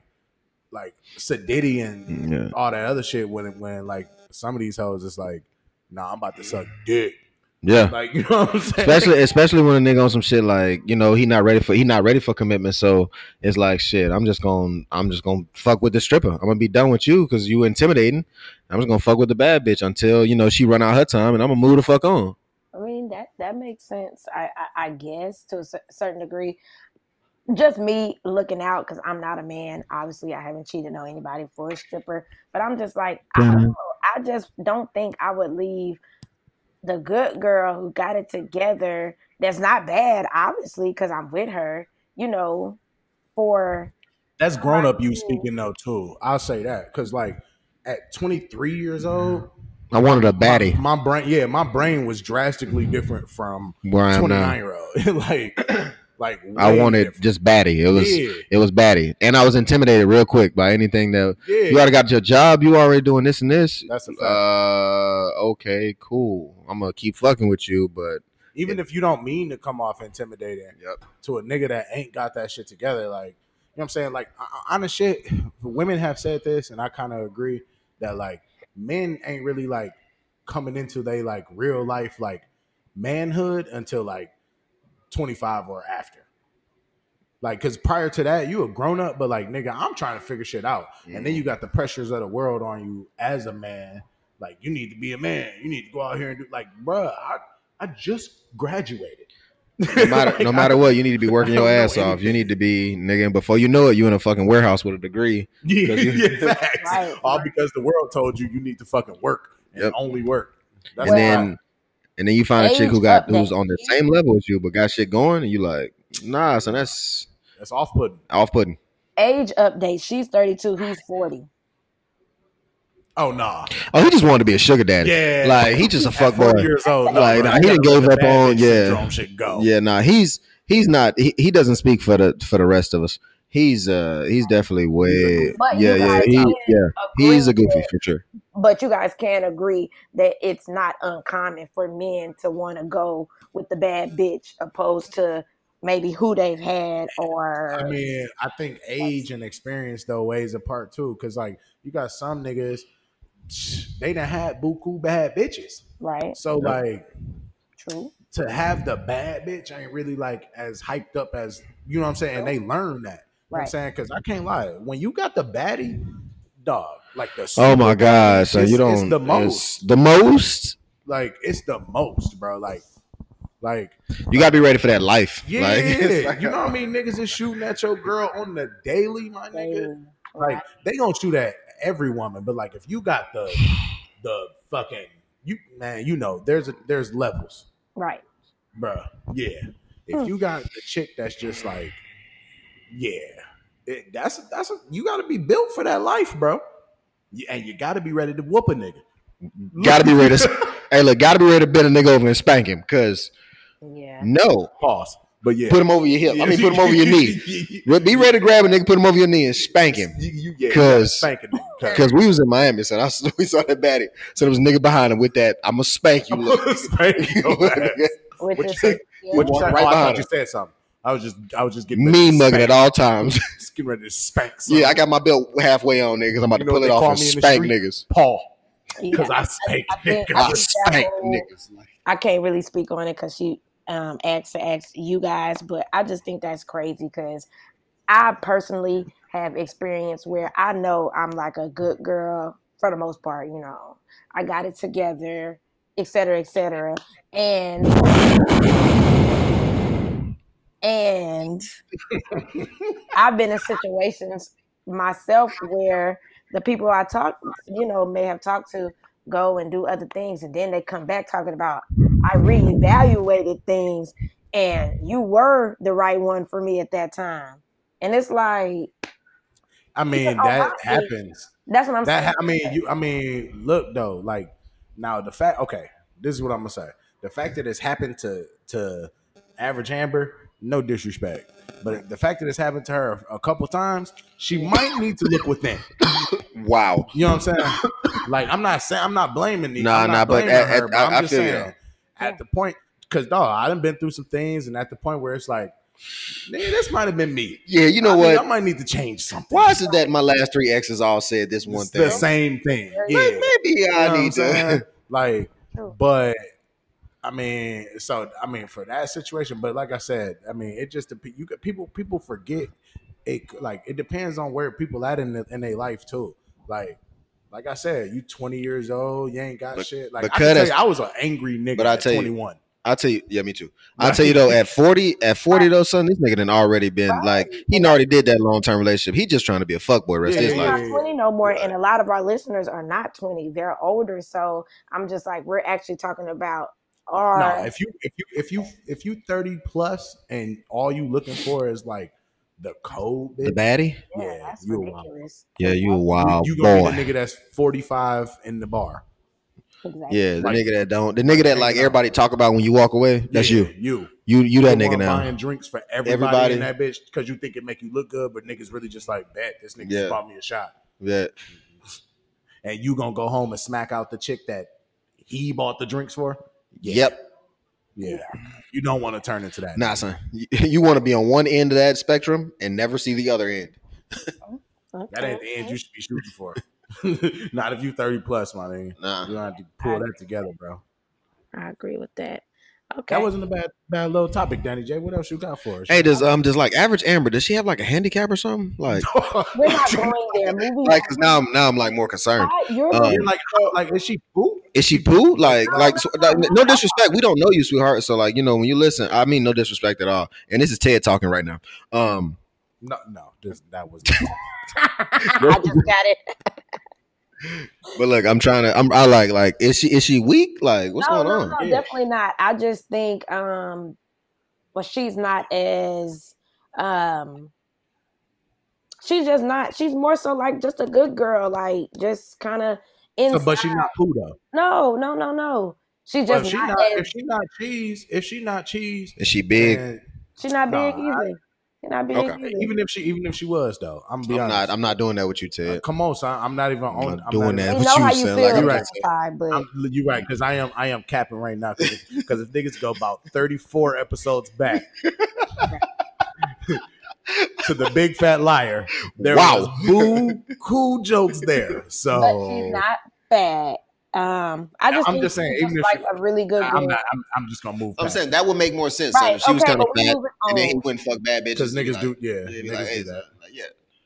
S3: like sedity and
S6: Yeah.
S3: all that other shit. When when like some of these hoes is like, nah, I'm about to suck dick.
S6: yeah.
S3: Like you know what I'm saying?
S6: especially especially when a nigga on some shit like you know he not ready for he not ready for commitment so it's like shit i'm just gonna i'm just gonna fuck with the stripper i'm gonna be done with you because you intimidating i'm just gonna fuck with the bad bitch until you know she run out her time and i'm gonna move the fuck on
S5: I mean that that makes sense. I I, I guess to a cer- certain degree. Just me looking out because I'm not a man. Obviously, I haven't cheated on anybody for a stripper, but I'm just like I, don't know. I just don't think I would leave the good girl who got it together. That's not bad, obviously, because I'm with her. You know, for
S3: That's grown up you speaking though too. I'll say that because like at 23 years old,
S6: i wanted a baddie
S3: my, my brain yeah, my brain was drastically different from
S6: where i am
S3: 29
S6: now
S3: year old. like, like
S6: i
S3: way
S6: wanted
S3: different.
S6: just baddie it was
S3: yeah,
S6: it was baddie and i was intimidated real quick by anything that
S3: yeah.
S6: you already got your job you already doing this and this
S3: That's a fact.
S6: uh okay cool i'm gonna keep fucking with you but
S3: Even if you don't mean to come off intimidating
S6: Yep.
S3: to a nigga that ain't got that shit together, like you know what I'm saying. Like I- I- honest shit, women have said this, and I kind of agree that like men ain't really like coming into they like real life like manhood until like 25 or after. Like, cause prior to that, you a grown up, but like, nigga, I'm trying to figure shit out, and then you got the pressures of the world on you as a man. Like, you need to be a man. You need to go out here and do like, bruh, I I just graduated.
S6: No matter, no matter what, you need to be working your
S3: I don't know
S6: ass off. You
S3: anything.
S6: need to be nigga, and before you know it, you in a fucking warehouse with a degree.
S3: Yeah,
S6: 'Cause you-
S3: yeah, facts.
S5: Right,
S3: All
S5: right.
S3: because the world told you you need to fucking work and
S6: Yep.
S3: only work. That's
S6: and
S3: a
S6: then
S3: fact.
S6: and then you find a chick who
S5: Age
S6: got
S5: up
S6: who's
S5: that
S6: on the same level as you, but got shit going, and you like, nah, son, that's
S3: That's off putting.
S6: off putting.
S5: Age update. She's 32, he's 40.
S3: Oh nah.
S6: Oh, he just wanted to be a sugar daddy.
S3: Yeah.
S6: like he just a fuck boy.
S3: Four years old. nah,
S6: Like,
S3: bro.
S6: nah,
S3: You
S6: he
S3: gotta
S6: done
S3: let
S6: gave
S3: the
S6: up
S3: bad
S6: on-
S3: bitch
S6: yeah.
S3: syndrome shit go.
S6: Yeah, nah, he's he's not. He, he doesn't speak for the for the rest of us. He's uh he's definitely way.
S5: But you
S6: yeah, yeah,
S5: guys
S6: he,
S5: can
S6: yeah. He's a
S5: agree
S6: goofy
S5: that-
S6: for sure.
S5: But you guys can agree that it's not uncommon for men to want to go with the bad bitch opposed to maybe who they've had or
S3: I mean, I think age and experience though weighs a part too, because like you got some niggas, they done had buku bad bitches.
S5: right.
S3: So like
S5: True.
S3: to have the bad bitch ain't really like as hyped up as you know what I'm saying. And they learn that. You know what I'm
S5: Right.
S3: saying because I can't lie, when you got the baddie, dog, like the
S6: Oh
S3: super
S6: my
S3: baddie,
S6: god! So
S3: it's-
S6: you don't
S3: it's the
S6: it's
S3: most
S6: the most.
S3: like it's the most, bro. Like, like
S6: You gotta be ready for that life.
S3: yeah, uh,
S6: Like, it's like-
S3: you know what I mean. Niggas is shooting at your girl on the daily, my nigga.
S5: They-
S3: Like they gonna shoot at every woman, but like if you got the the fucking you man, you know there's a, there's levels,
S5: right.
S3: bruh. Yeah, if you got the chick that's just like, yeah, it, that's that's a, you got to be built for that life, bro, You- and you got to be ready to whoop a nigga.
S6: gotta be ready. To, hey, look, gotta be ready to bend a nigga over and spank him. Cause
S5: Yeah.
S6: no,
S3: Pause, but yeah,
S6: put him over your hip. I mean, put him over your knee. Be ready to grab a nigga, put him over your knee, and spank him.
S3: You, you, yeah,
S6: Cause-
S3: spank a nigga,
S6: Because we was in Miami, so I saw, we saw that baddie. So there was a nigga behind him with that. I'm gonna spank you. Look.
S3: spank your ass. What
S5: With
S3: you
S5: this-
S3: think?
S5: yeah.
S3: What you
S6: Walk
S3: said?
S6: right
S3: oh, I thought
S6: behind
S3: you said something. I was just, I was just getting ready to
S6: me mugging at
S3: spank-
S6: all times.
S3: Just getting ready to spank. Something.
S6: yeah, I got my belt halfway on, niggas. I'm about
S3: You
S6: to
S3: know what
S6: pull it
S3: they
S6: off
S3: call
S6: and
S3: me in the
S6: spank
S3: street?
S6: niggas.
S3: Paul
S5: Yeah.
S3: because I spank
S5: I think-
S3: niggas.
S6: I
S5: that
S6: spank
S5: whole-
S6: niggas. Like,
S5: I can't really speak on it because she um asked to ask you guys, but I just think that's crazy because I personally have experience where I know I'm like a good girl for the most part, you know. I got it together, et cetera, et cetera. And and I've been in situations myself where the people I talk, you know, may have talked to go and do other things, and then they come back talking about I reevaluated things, and you were the right one for me at that time. And it's like
S3: I mean,
S5: Oh,
S3: that
S5: honestly,
S3: happens.
S5: that's what I'm
S3: That
S5: saying.
S3: ha- I mean, you. I mean, look though. Like now, the fact. Okay, this is what I'm gonna say. The fact that it's happened to to average Amber, no disrespect, but the fact that it's happened to her a couple times, she might need to look within.
S6: wow.
S3: You know what I'm saying? like I'm not saying I'm not blaming these.
S6: Nah,
S3: I'm
S6: nah,
S3: not
S6: but
S3: blaming
S6: at-
S3: her,
S6: at-
S3: but I'm
S6: I- I
S3: just
S6: feel you
S3: saying at the point because dog, I done been through some things, and at the point where it's like, nigga, this might have been me.
S6: Yeah, you know
S3: I
S6: what?
S3: Need, I might need to change something.
S6: Why is it that my last three exes all said this one
S3: It's
S6: thing?
S3: the same thing. Yeah,
S6: Like, maybe
S3: You know what
S6: I
S3: I'm
S6: need
S3: saying?
S6: to.
S3: like,
S5: True.
S3: but I mean, so I mean, for that situation, but like I said, I mean, it just dep- you could- people people forget it. Like, it depends on where people at in the, in their life too. Like, like I said, you 20 years old, you ain't got
S6: But-
S3: shit. Like,
S6: but
S3: I
S6: cut
S3: can tell
S6: us-
S3: you, I was an angry nigga
S6: but I
S3: at
S6: tell you-
S3: 21.
S6: I'll tell you. Yeah, me too. I'll tell you though, at 40, at 40 though, son, this nigga done already been
S5: Right.
S6: like, he done already did that long term relationship. He just trying to be a fuckboy rest of his
S3: Yeah,
S5: We're
S6: life.
S5: not
S3: yeah, yeah.
S5: 20 no more,
S3: Right.
S5: and a lot of our listeners are not 20. They're older, so I'm just like, we're actually talking about our.
S3: No, if you if you if you if you 30 plus and all you looking for is like the cold,
S6: The
S3: bitch,
S6: baddie?
S5: yeah,
S3: yeah,
S5: that's
S3: you a wild-
S5: ridiculous.
S6: Yeah, you a wild
S3: you gonna
S6: boy.
S3: be the nigga that's 45 in the bar.
S5: Exactly.
S6: Yeah, the
S3: Like-
S6: nigga that don't, the nigga that like
S3: Hanging out.
S6: everybody talk about when you walk away. That's
S3: Yeah,
S6: you.
S3: You.
S6: You you that
S3: You
S6: nigga
S3: wanna
S6: now.
S3: Buying drinks for everybody,
S6: Everybody.
S3: in that bitch because you think it make you look good, but niggas really just like, bet this nigga
S6: Yeah.
S3: just bought me a shot,
S6: Yeah,
S3: and you gonna go home and smack out the chick that he bought the drinks for.
S6: Yep.
S3: Yeah, you don't want to turn into that.
S6: Nah, son. You, want to be on one end of that spectrum and never see the other end.
S5: Okay.
S3: that ain't the end you should be shooting for. Not if you thirty plus, my nigga.
S6: Nah.
S3: You don't have to pull that together, bro.
S5: I agree with that. Okay.
S3: That wasn't a bad, bad little topic, Danny J. What else you got for us?
S6: Hey, does um does like average Amber? Does she have like a handicap or something? Like,
S5: We're not going there. Moving
S6: like 'cause now I'm now I'm like more
S5: on.
S6: concerned.
S5: I- You're
S6: Uh,
S5: the-
S3: You're like, oh, like is she cool?
S6: Is she poo? Like, like, so, like, no disrespect. We don't know you, sweetheart. So like, you know, when you listen, I mean, no disrespect at all. And this is Ted talking right now. Um,
S3: No, no, this, that was.
S5: I just got it.
S6: But look, I'm trying to. I'm. I like. Like, is she? Is she weak? Like, what's
S5: no,
S6: going
S5: no,
S6: on?
S5: no, definitely not. I just think, um, well, she's not as, um, she's just not. She's more so like just a good girl, like just kind of
S3: So,
S5: in.
S3: but she's not poo though.
S5: no, no, no, no. She's
S3: Well,
S5: just
S3: if she
S5: not.
S3: not,
S5: as,
S3: if she not cheese, if she not cheese,
S6: Is she big?
S3: then-
S5: she's not
S3: Nah,
S5: big either. She's not big
S6: Okay.
S5: either.
S3: even if she, even if she was though, I'm gonna be
S6: I'm
S3: honest.
S6: not. I'm not doing that with you, Ted.
S3: Uh, come on, son. I'm not even
S6: I'm
S3: on.
S6: not
S3: I'm
S6: doing
S3: not
S6: that.
S5: we
S6: what
S5: know
S6: you
S5: how you feel
S6: said, like,
S3: you right.
S5: about Justified, but
S3: I'm, you're right, because I am. I am capping right now, because if niggas go about 34 episodes back to the big fat liar, there
S6: Wow.
S3: was boo cool jokes there.
S5: but she's
S3: So
S5: not fat. Um, I just
S3: I'm
S5: think
S3: just saying,
S5: she's
S3: even if
S5: like
S3: she-
S5: a really good girl.
S3: I'm not. I'm, I'm just gonna move.
S6: I'm
S3: past
S6: saying that would make more sense
S5: right?
S6: if she
S5: okay,
S6: was kind of
S5: but we
S6: fat,
S5: moving
S6: and then he
S5: on.
S6: wouldn't fuck bad bitches.
S3: because
S6: He'd be
S3: niggas
S6: like-
S3: do. Yeah,
S6: he'd be
S3: niggas
S6: like, hey,
S3: do that.
S6: son, like, yeah.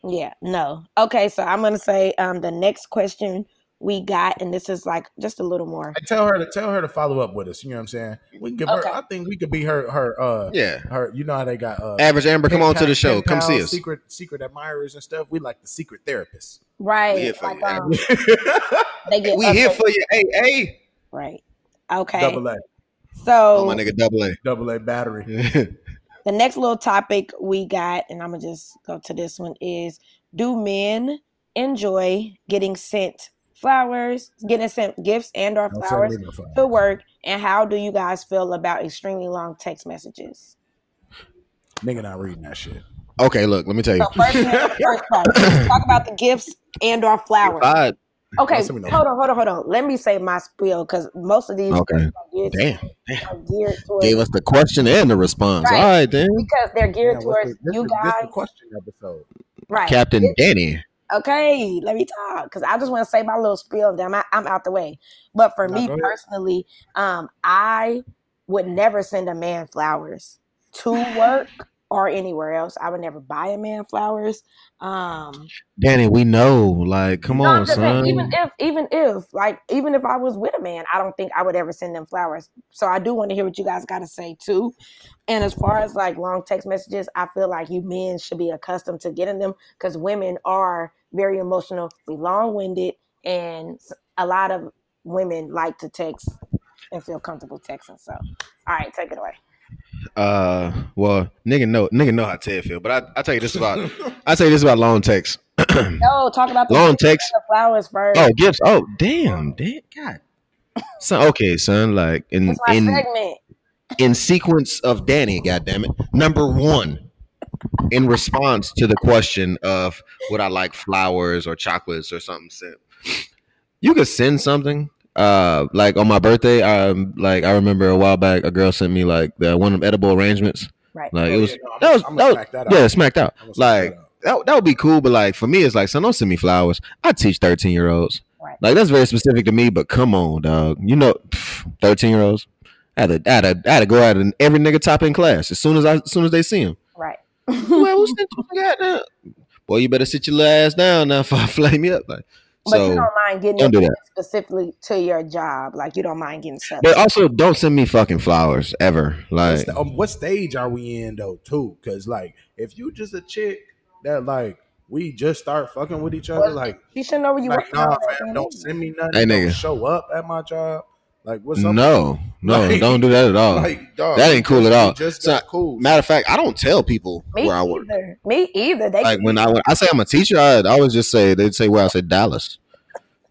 S5: Yeah, no. Okay, so I'm gonna say um the next question we got, and this is like just a little more.
S3: And tell her to tell her to follow up with us. You know what I'm saying? We can give
S5: Okay.
S3: her. I think we could be her. Her. Uh.
S6: Yeah.
S3: Her. You know how they got. Uh,
S6: Average Amber, come
S3: pen
S6: on to
S3: pal-
S6: the show.
S3: pen
S6: Come see
S3: pals,
S6: us.
S3: Secret secret admirers and stuff. We like the secret therapists.
S5: Right.
S6: here for
S5: like,
S6: you,
S5: um,
S3: Double
S5: they get
S6: We here
S5: updates,
S6: for you. Hey, hey.
S5: right. Okay.
S3: A,
S6: Oh,
S5: So
S6: my nigga, double A.
S3: double A battery.
S5: the next little topic we got, and I'm gonna just go to this one is do men enjoy getting sent flowers, getting sent gifts and or
S3: Don't
S5: flowers
S3: send me no flowers.
S5: to work, and how do you guys feel about extremely long text messages?
S3: Nigga, not reading that shit.
S6: okay, look, let me tell you.
S5: So first, we have the first part. Let's talk about the gifts and or flowers.
S6: Five.
S5: Okay,
S3: Don't send me
S5: hold
S3: no-
S5: on, hold on, hold on. Let me say my spiel because most of these
S6: Okay.
S5: are geared,
S6: Damn.
S5: are geared towards
S6: Gave us the question and the response.
S5: Right.
S6: All right, then.
S5: because they're geared
S3: Damn, what's
S5: towards
S3: the- this
S5: you
S3: is-
S5: guys,
S3: This the question episode.
S5: right?
S6: Captain Danny.
S5: okay, let me talk because I just want to say my little spiel and then I'm, I'm out the way. But for
S3: No,
S5: me
S3: go ahead.
S5: personally, um, I would never send a man flowers to work or anywhere else. I would never buy a man flowers. Um,
S6: Danny, we know. Like, come
S5: no, I'm
S6: on,
S5: just saying, even
S6: son.
S5: if, even if, like, even if I was with a man, I don't think I would ever send them flowers. So I do want to hear what you guys got to say too. And as far as like long text messages, I feel like you men should be accustomed to getting them because women are very emotional, we long winded, and s- a lot of women like to text and feel comfortable texting. So, all right, take it away.
S6: Uh, well, nigga know, nigga know how Ted feel. But I, I tell you this about, I tell you this about long texts.
S5: No, talk about the,
S6: Mm. long texts.
S5: the flowers first.
S6: Oh, gifts. Oh, damn, damn, God. Son, okay, son. Like in
S5: it's my
S6: in
S5: segment.
S6: in sequence of Danny. God damn it. Number one, in response to the question of would I like flowers or chocolates or something sent, you could send something. Uh, like on my birthday, um, like I remember a while back, a girl sent me like the one of edible arrangements.
S5: Right.
S6: Like
S3: Oh,
S6: it was
S3: yeah, no, I'm-
S6: that was
S3: I'm
S6: that
S3: gonna
S6: was-
S3: smack that
S6: yeah
S3: out.
S6: smacked out.
S3: I'm gonna smack
S6: Like
S3: that out.
S6: that that would be cool, but like for me, it's like son, don't send me flowers. I teach thirteen year olds.
S5: Right.
S6: Like that's very specific to me, but come on, dog. You know, thirteen year olds. I had to, I had to, I had to go out and every nigga top in class as soon as I, as soon as they see him.
S5: Right.
S6: Well, who sent you that now? Boy, you better sit your little ass down now before I flame you up. Like,
S5: But
S6: so,
S5: you don't mind getting
S6: don't do
S5: it
S6: that.
S5: specifically to your job. Like you don't mind getting stuff.
S6: but also don't send me fucking flowers ever.
S3: What's
S6: Like,
S3: the- um, what stage are we in though? Too, because like, if you just a chick that like we just start fucking with each other,
S5: Well,
S3: like,
S5: you should know where you
S3: like
S5: working
S3: nah,
S5: on.
S3: fam, don't send me nothing.
S6: Hey, nigga.
S3: Don't show up at my job. Like, what's up?
S6: no, no,
S3: Like-
S6: don't do that at all.
S3: Like, dog,
S6: That ain't cool at all.
S3: Just
S6: So,
S3: got cool.
S6: Matter of fact, I don't tell people
S5: me
S6: where I work.
S5: either. Me either. They
S6: Like when I when I say I'm a teacher, I I always just say they'd say where I said Dallas.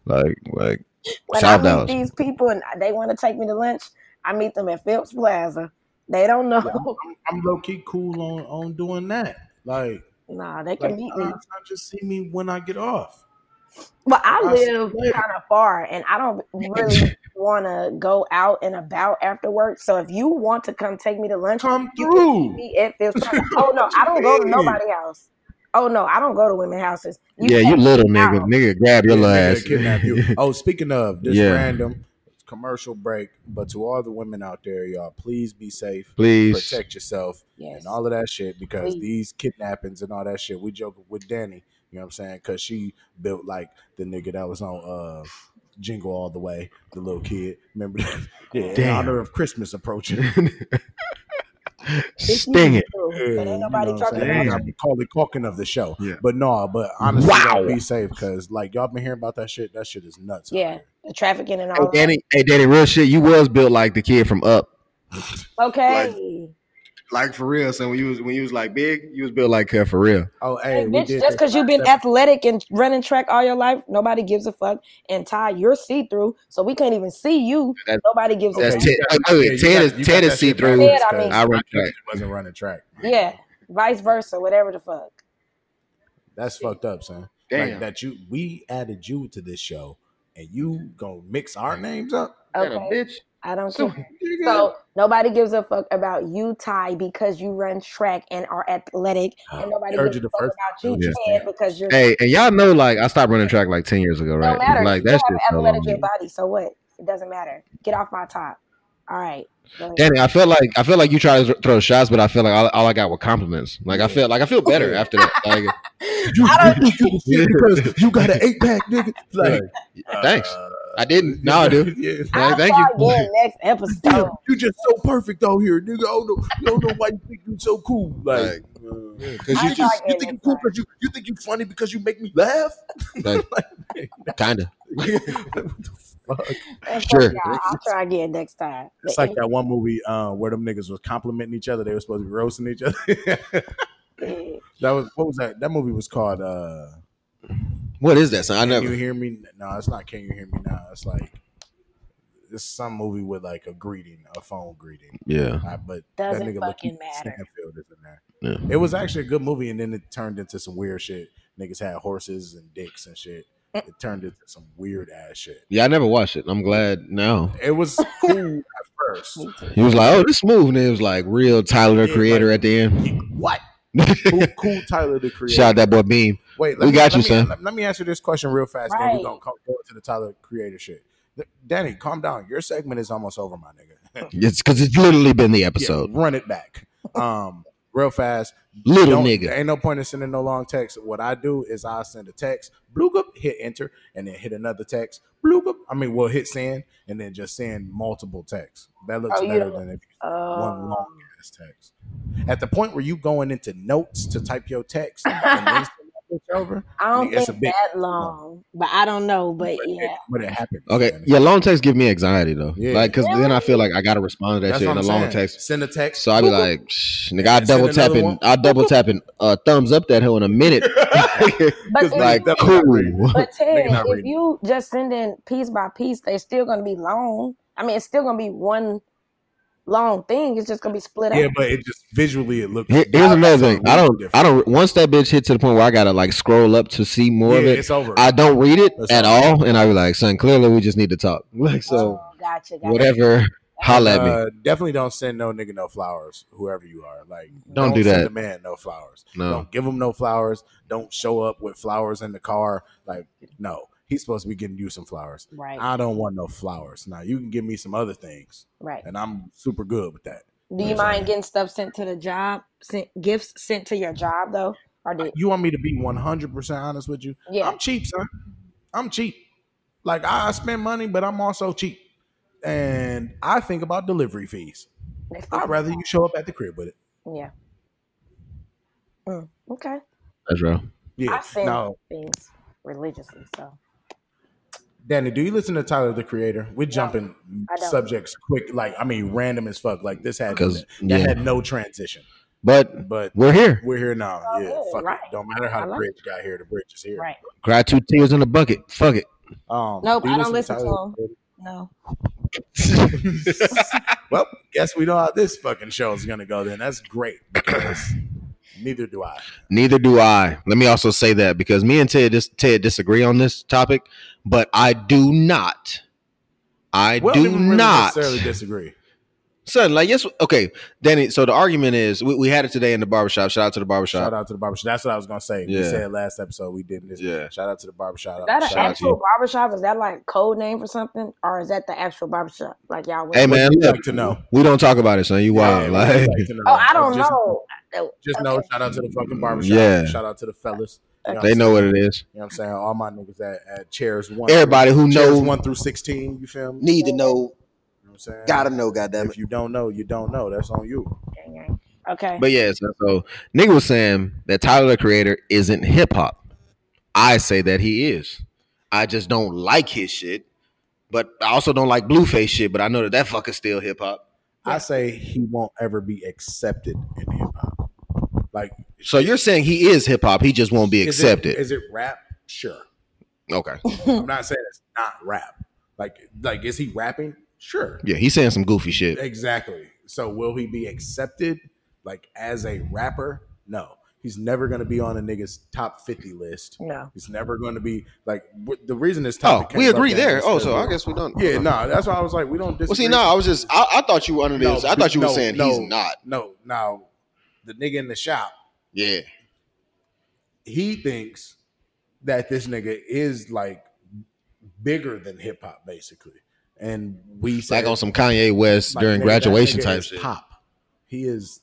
S6: Like like
S5: when I
S6: South
S5: meet
S6: Dallas.
S5: these people and they want to take me to lunch, I meet them at Phillips Plaza. They don't know.
S3: Yeah, I'm, I'm low key cool on on doing that. Like,
S5: nah, they can
S3: like,
S5: meet
S3: nah,
S5: me.
S3: son, just see me when I get off.
S5: But I
S3: I see
S5: live kind of far, and I don't really want to go out and about after work. So if you want to come take me to lunch,
S3: Come
S5: you can
S3: through.
S5: meet me at Phillips Plaza. Oh no, I don't go to
S3: Hey.
S5: nobody house. Oh no, I don't go to women's houses.
S6: yeah, you
S5: take me
S6: little nigga,
S5: out.
S6: nigga, grab your
S3: Yeah,
S6: little
S3: nigga,
S6: ass.
S3: kidnap you. Oh, speaking of this
S6: Yeah.
S3: random commercial break, but to all the women out there, y'all, please be safe,
S6: Please,
S3: protect yourself,
S5: Yes.
S3: and all of that shit because
S5: Please.
S3: these kidnappings and all that shit. We joking with Danny, you know what I'm saying? Because she built like the nigga that was on uh Jingle All the Way, the little kid. Remember that? Yeah, in
S6: Damn.
S3: honor of Christmas approaching.
S6: Sting it.
S5: But ain't
S3: You
S5: nobody
S3: know what I'm
S5: talking
S3: saying?
S5: about
S6: Damn.
S3: I'm the Macaulay Culkin of the show.
S6: Yeah.
S3: But no, but honestly,
S6: Wow.
S3: y'all be safe because like y'all been hearing about that shit. That shit is nuts. out
S5: Yeah.
S3: here.
S5: the trafficking and
S6: Hey
S5: all that.
S6: Danny, hey Danny, real shit. You was built like the kid from Up.
S5: Okay.
S6: Like for real. So when you was when you was like big, you was built like her for real.
S3: Oh, hey,
S5: Hey,
S3: we
S5: bitch,
S3: did
S5: just
S3: this
S5: because you've been athletic and running track all your life, nobody gives a fuck. And Ty, you're see through, so we can't even see you.
S6: That's-
S5: nobody gives
S6: That's
S5: a
S3: Okay, you
S5: fuck.
S6: Ted. Wait,
S3: got-
S6: wait,
S3: yeah, you
S6: Ted
S3: got-
S6: is
S3: you
S6: Ted
S3: got
S6: is
S3: that
S6: see
S3: shit
S6: through.
S5: backwards, I mean.
S6: I run track.
S3: She wasn't running track.
S5: yeah, vice versa, whatever the fuck.
S3: That's fucked up, son. Like
S6: Damn.
S3: that you we added you to this show and you gonna mix our names up.
S6: That a
S5: Okay,
S6: bitch.
S5: I don't
S6: So,
S5: care. So nobody gives a fuck about you, Ty, because you run track and are athletic, and nobody
S3: Heard
S5: gives
S3: you
S5: a
S3: the
S5: fuck
S3: first
S5: about you,
S6: Yeah.
S5: Ted, because you're
S6: hey, and y'all know like I stopped running track like ten years ago,
S5: no
S6: right?
S5: matter.
S6: Like
S5: you
S6: that
S5: have
S6: shit
S5: an
S6: so
S5: athletic
S6: long.
S5: good body, so what? It doesn't matter. Get off my top. All right. go ahead.
S6: Danny, I feel like I feel like you try to throw shots, but I feel like all, all I got were compliments. Like I feel like I feel better after that. Like
S5: I don't.
S6: Yeah.
S3: because you got an eight pack, nigga. Like
S6: thanks.
S3: uh,
S6: I didn't. Now I do.
S3: yeah.
S5: I'll
S6: thank
S5: start
S6: you.
S5: again next
S3: Damn,
S5: episode.
S3: you just so perfect out here, nigga. I don't know, I don't know why you think you so cool. Like, uh, because
S5: I'm
S3: you just
S5: talking
S3: you think you cool because you you think you funny because you make me laugh.
S6: Like,
S3: Like,
S6: kinda.
S3: what the fuck?
S5: And fuck
S6: Sure.
S5: y'all, I'll try again next time.
S3: It's like that one movie uh, where them niggas was complimenting each other. They were supposed to be roasting each other.
S5: that.
S3: that was what was that? That movie was called. uh
S6: What is that? Son? I
S3: Can
S6: never.
S3: you hear me? No, it's not. Can you hear me now? It's like it's some movie with like a greeting, a phone greeting.
S6: Yeah.
S3: Uh, but
S5: Doesn't
S3: that nigga
S5: fucking
S3: Lakeith
S5: matter.
S3: Stanfield is in there.
S6: yeah.
S3: It was actually a good movie, and then it turned into some weird shit. Niggas had horses and dicks and shit. It turned into some weird ass shit.
S6: Yeah, I never watched it. I'm glad now.
S3: It was cool at first.
S6: He was like, "Oh, this move," and it was like real Tyler the
S3: Yeah,
S6: Creator
S3: like-
S6: at the end.
S3: What? Cool, cool Tyler the Creator.
S6: Shout out that boy Beam.
S3: Wait,
S6: We got you,
S3: let
S6: son.
S3: Let, let me answer this question real fast, then
S5: Right.
S3: we're gonna come, go to the Tyler Creator shit. Th- Danny, calm down. Your segment is almost over, my nigga.
S6: It's because it's literally been the
S3: Yeah,
S6: episode.
S3: run it back, um, real fast.
S6: Little
S3: Don't-
S6: nigga.
S3: Ain't no point in sending no long text. What I do is I send a text, bloop, bloop, hit enter, and then hit another text, bloop, bloop. I mean, we'll hit send and then just send multiple texts. That looks
S5: Oh, you
S3: better
S5: don't-
S3: than if you one
S5: Oh.
S3: long ass text. At the point where you going into notes to type your text, and then send that bitch over,
S5: I don't
S3: It's a
S5: think
S3: big-
S5: that long, but but I don't know. But
S3: but
S5: yeah,
S3: it, but it happened.
S6: Okay,
S3: man.
S6: yeah, long texts give me anxiety though.
S3: Yeah.
S6: Like, cause then I
S5: Really?
S6: feel like I gotta respond to that
S3: That's
S6: shit
S3: what
S6: in
S3: I'm
S6: a long
S3: saying.
S6: text.
S3: Send a text.
S6: So I be
S3: bloop, bloop.
S6: like, Shh, nigga, I
S3: Send
S6: double
S3: another
S6: tapping,
S3: one.
S6: I double tapping, uh, thumbs up that hill in a minute.
S5: But
S6: It's
S5: if
S6: like
S5: you-
S6: cool.
S5: but Ted,
S3: Nigga not
S5: if
S3: reading.
S5: you just send in piece by piece, they're still gonna be long. I mean, it's still gonna be one long thing. It's just gonna be split
S3: yeah,
S5: up.
S3: but it just visually it looks.
S6: Here- here's another thing. I don't, I don't. Once that bitch hit to the point where I gotta like scroll up to see more
S3: Yeah,
S6: of it,
S3: it's over.
S6: I don't read it
S3: That's
S6: at
S3: all.
S6: all, and I be like, son, clearly we just need to talk. Like so,
S5: oh, gotcha, gotcha.
S6: whatever, holla at me.
S3: Uh, definitely don't send no nigga no flowers, whoever you are. Like,
S6: Don't do
S3: send
S6: that.
S3: a man no flowers.
S6: No.
S3: Don't give him no flowers. Don't show up with flowers in the car. Like, no, he's supposed to be getting you some flowers.
S5: Right,
S3: I don't want no flowers. Now you can give me some other things,
S5: right.
S3: and I'm super good with that.
S5: Do you
S3: Exactly.
S5: mind getting stuff sent to the job? Sent gifts sent to your job though, or do
S3: You want me to be 100 percent honest with you?
S5: yeah?
S3: I'm cheap, son. I'm cheap. Like I I spend money, but I'm also cheap, and I think about delivery fees.
S5: they fucking-
S3: I'd rather you show up at the crib with it.
S5: yeah. Mm, okay,
S6: That's real.
S3: Yeah.
S5: I send
S3: No,
S5: things religiously, so
S3: Danny, do you listen to Tyler the Creator? We're jumping
S5: I don't.
S3: subjects quick, like I mean, random as fuck. Like this had
S6: Because
S3: that
S6: yeah,
S3: had no transition,
S6: but
S3: but
S6: we're here.
S3: we're here now.
S5: Oh,
S3: yeah,
S5: good,
S3: fuck
S5: right.
S3: it. Don't matter
S5: I
S3: how the
S5: like
S3: bridge got here, the bridge is here.
S5: right.
S6: Cry two tears in a bucket. Fuck it.
S3: Um,
S5: Nope,
S3: do you
S5: I don't listen to
S3: Tyler,
S5: him. No,
S3: Well, guess we know how this fucking show is gonna go. Then that's great because neither do I.
S6: Neither do I. Let me also say that because me and Ted dis- Ted disagree on this topic, but I do not. I
S3: Well,
S6: do
S3: we really
S6: not.
S3: necessarily disagree.
S6: Son, like yes, okay, Danny. So the argument is we, we had it today in the barbershop. Shout out to the barbershop.
S3: Shout out to the barbershop. That's what I was gonna say. We
S6: Yeah.
S3: said last episode we did this.
S6: Yeah.
S3: Shout out to the barbershop.
S5: is that an
S3: Uh, Shout out to
S5: actual barbershop? Is that like code name for something, or is that the actual barbershop? Like y'all? went
S6: Hey
S5: to?
S6: man,
S3: you.
S6: look,
S3: Like to know.
S6: we don't talk about it, son. You wild,
S3: Yeah, we'd
S6: like
S3: like to know.
S5: Oh, I don't
S3: Just-
S5: know. Oh,
S3: Just know, shout out to the fucking barbershop.
S6: Yeah.
S3: Shout out to the fellas. You
S6: they
S3: what I'm saying?
S6: know what it is.
S3: You know what I'm saying? All my niggas at, at chairs one.
S6: Everybody who
S3: chairs
S6: knows
S3: one through 16, you feel me?
S1: Need to know.
S3: You know what I'm saying?
S1: Gotta know. Goddamn
S3: If
S1: it.
S3: you don't know, you don't know. That's on you.
S5: okay. Okay.
S6: But yeah, so, so nigga was saying that Tyler the Creator isn't hip hop. I say that he is. I just don't like his shit, but I also don't like Blueface shit. But I know that that fucker's still hip hop.
S3: I say he won't ever be accepted in hip hop. Like
S6: So you're saying he is hip hop? He just won't be
S3: is
S6: accepted.
S3: Is it rap? Sure.
S6: okay.
S3: I'm not saying it's not rap. Like like is he rapping? Sure.
S6: Yeah, he's saying some goofy shit.
S3: Exactly. So will he be accepted like as a rapper? No. He's never going to be on a nigga's top 50 list.
S5: no.
S3: He's never going to be like w- the reason this
S6: Oh,
S3: topic.
S6: we
S3: came up
S6: agree
S3: then
S6: there.
S3: is
S6: Oh,
S3: 'cause
S6: so
S3: we-
S6: I guess we're done.
S3: Yeah, no, that's why I was like, we don't disagree.
S6: Well, see, no, I was just, I, I thought you were under this. I thought you were
S3: no,
S6: saying
S3: no,
S6: he's not.
S3: No, now the nigga in the shop,
S6: Yeah.
S3: he thinks that this nigga is like bigger than hip hop, basically. And we
S6: It's
S3: say
S6: like on some Kanye West
S3: like,
S6: during
S3: nigga, that
S6: graduation
S3: nigga
S6: type
S3: is
S6: shit.
S3: Pop. He is.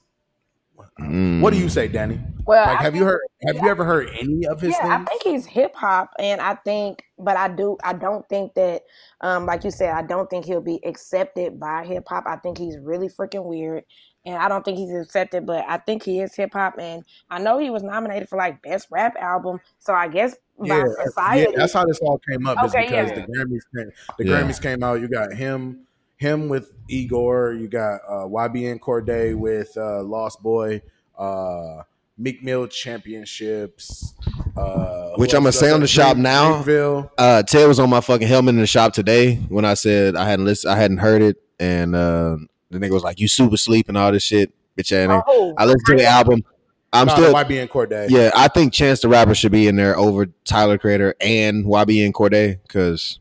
S6: Mm.
S3: What do you say, Danny?
S5: Well,
S3: Like,
S5: I
S3: have you
S5: think-
S3: heard? Have you ever heard any of his
S5: yeah, I
S3: things?
S5: think he's hip hop, and I think, but I do, I don't think that, um, like you said, I don't think he'll be accepted by hip hop. I think he's really freaking weird, and I don't think he's accepted. But I think he is hip hop, and I know he was nominated for like best rap album. So I guess by
S3: yeah,
S5: society,
S3: yeah, that's how this all came up.
S5: Okay,
S3: is because
S5: yeah.
S3: the Grammys, came, the
S6: Yeah.
S3: Grammys came out. You got him, him with Igor. You got uh, YBN Corday with uh, Lost Boy. Uh, Meek Mill championships, uh,
S6: Which
S3: who
S6: I'ma
S3: else?
S6: say on the shop now.
S3: Dreamville.
S6: Uh, Ted was on my fucking helmet in the shop today when I said I hadn't listened, I hadn't heard it, and uh, the nigga was like, "You super sleep and all this shit, bitch." And
S5: oh,
S6: I listened to the album. I'm
S3: No,
S6: still,
S3: YBN Corday.
S6: yeah. I think Chance the Rapper should be in there over Tyler Creator and YB and Corday because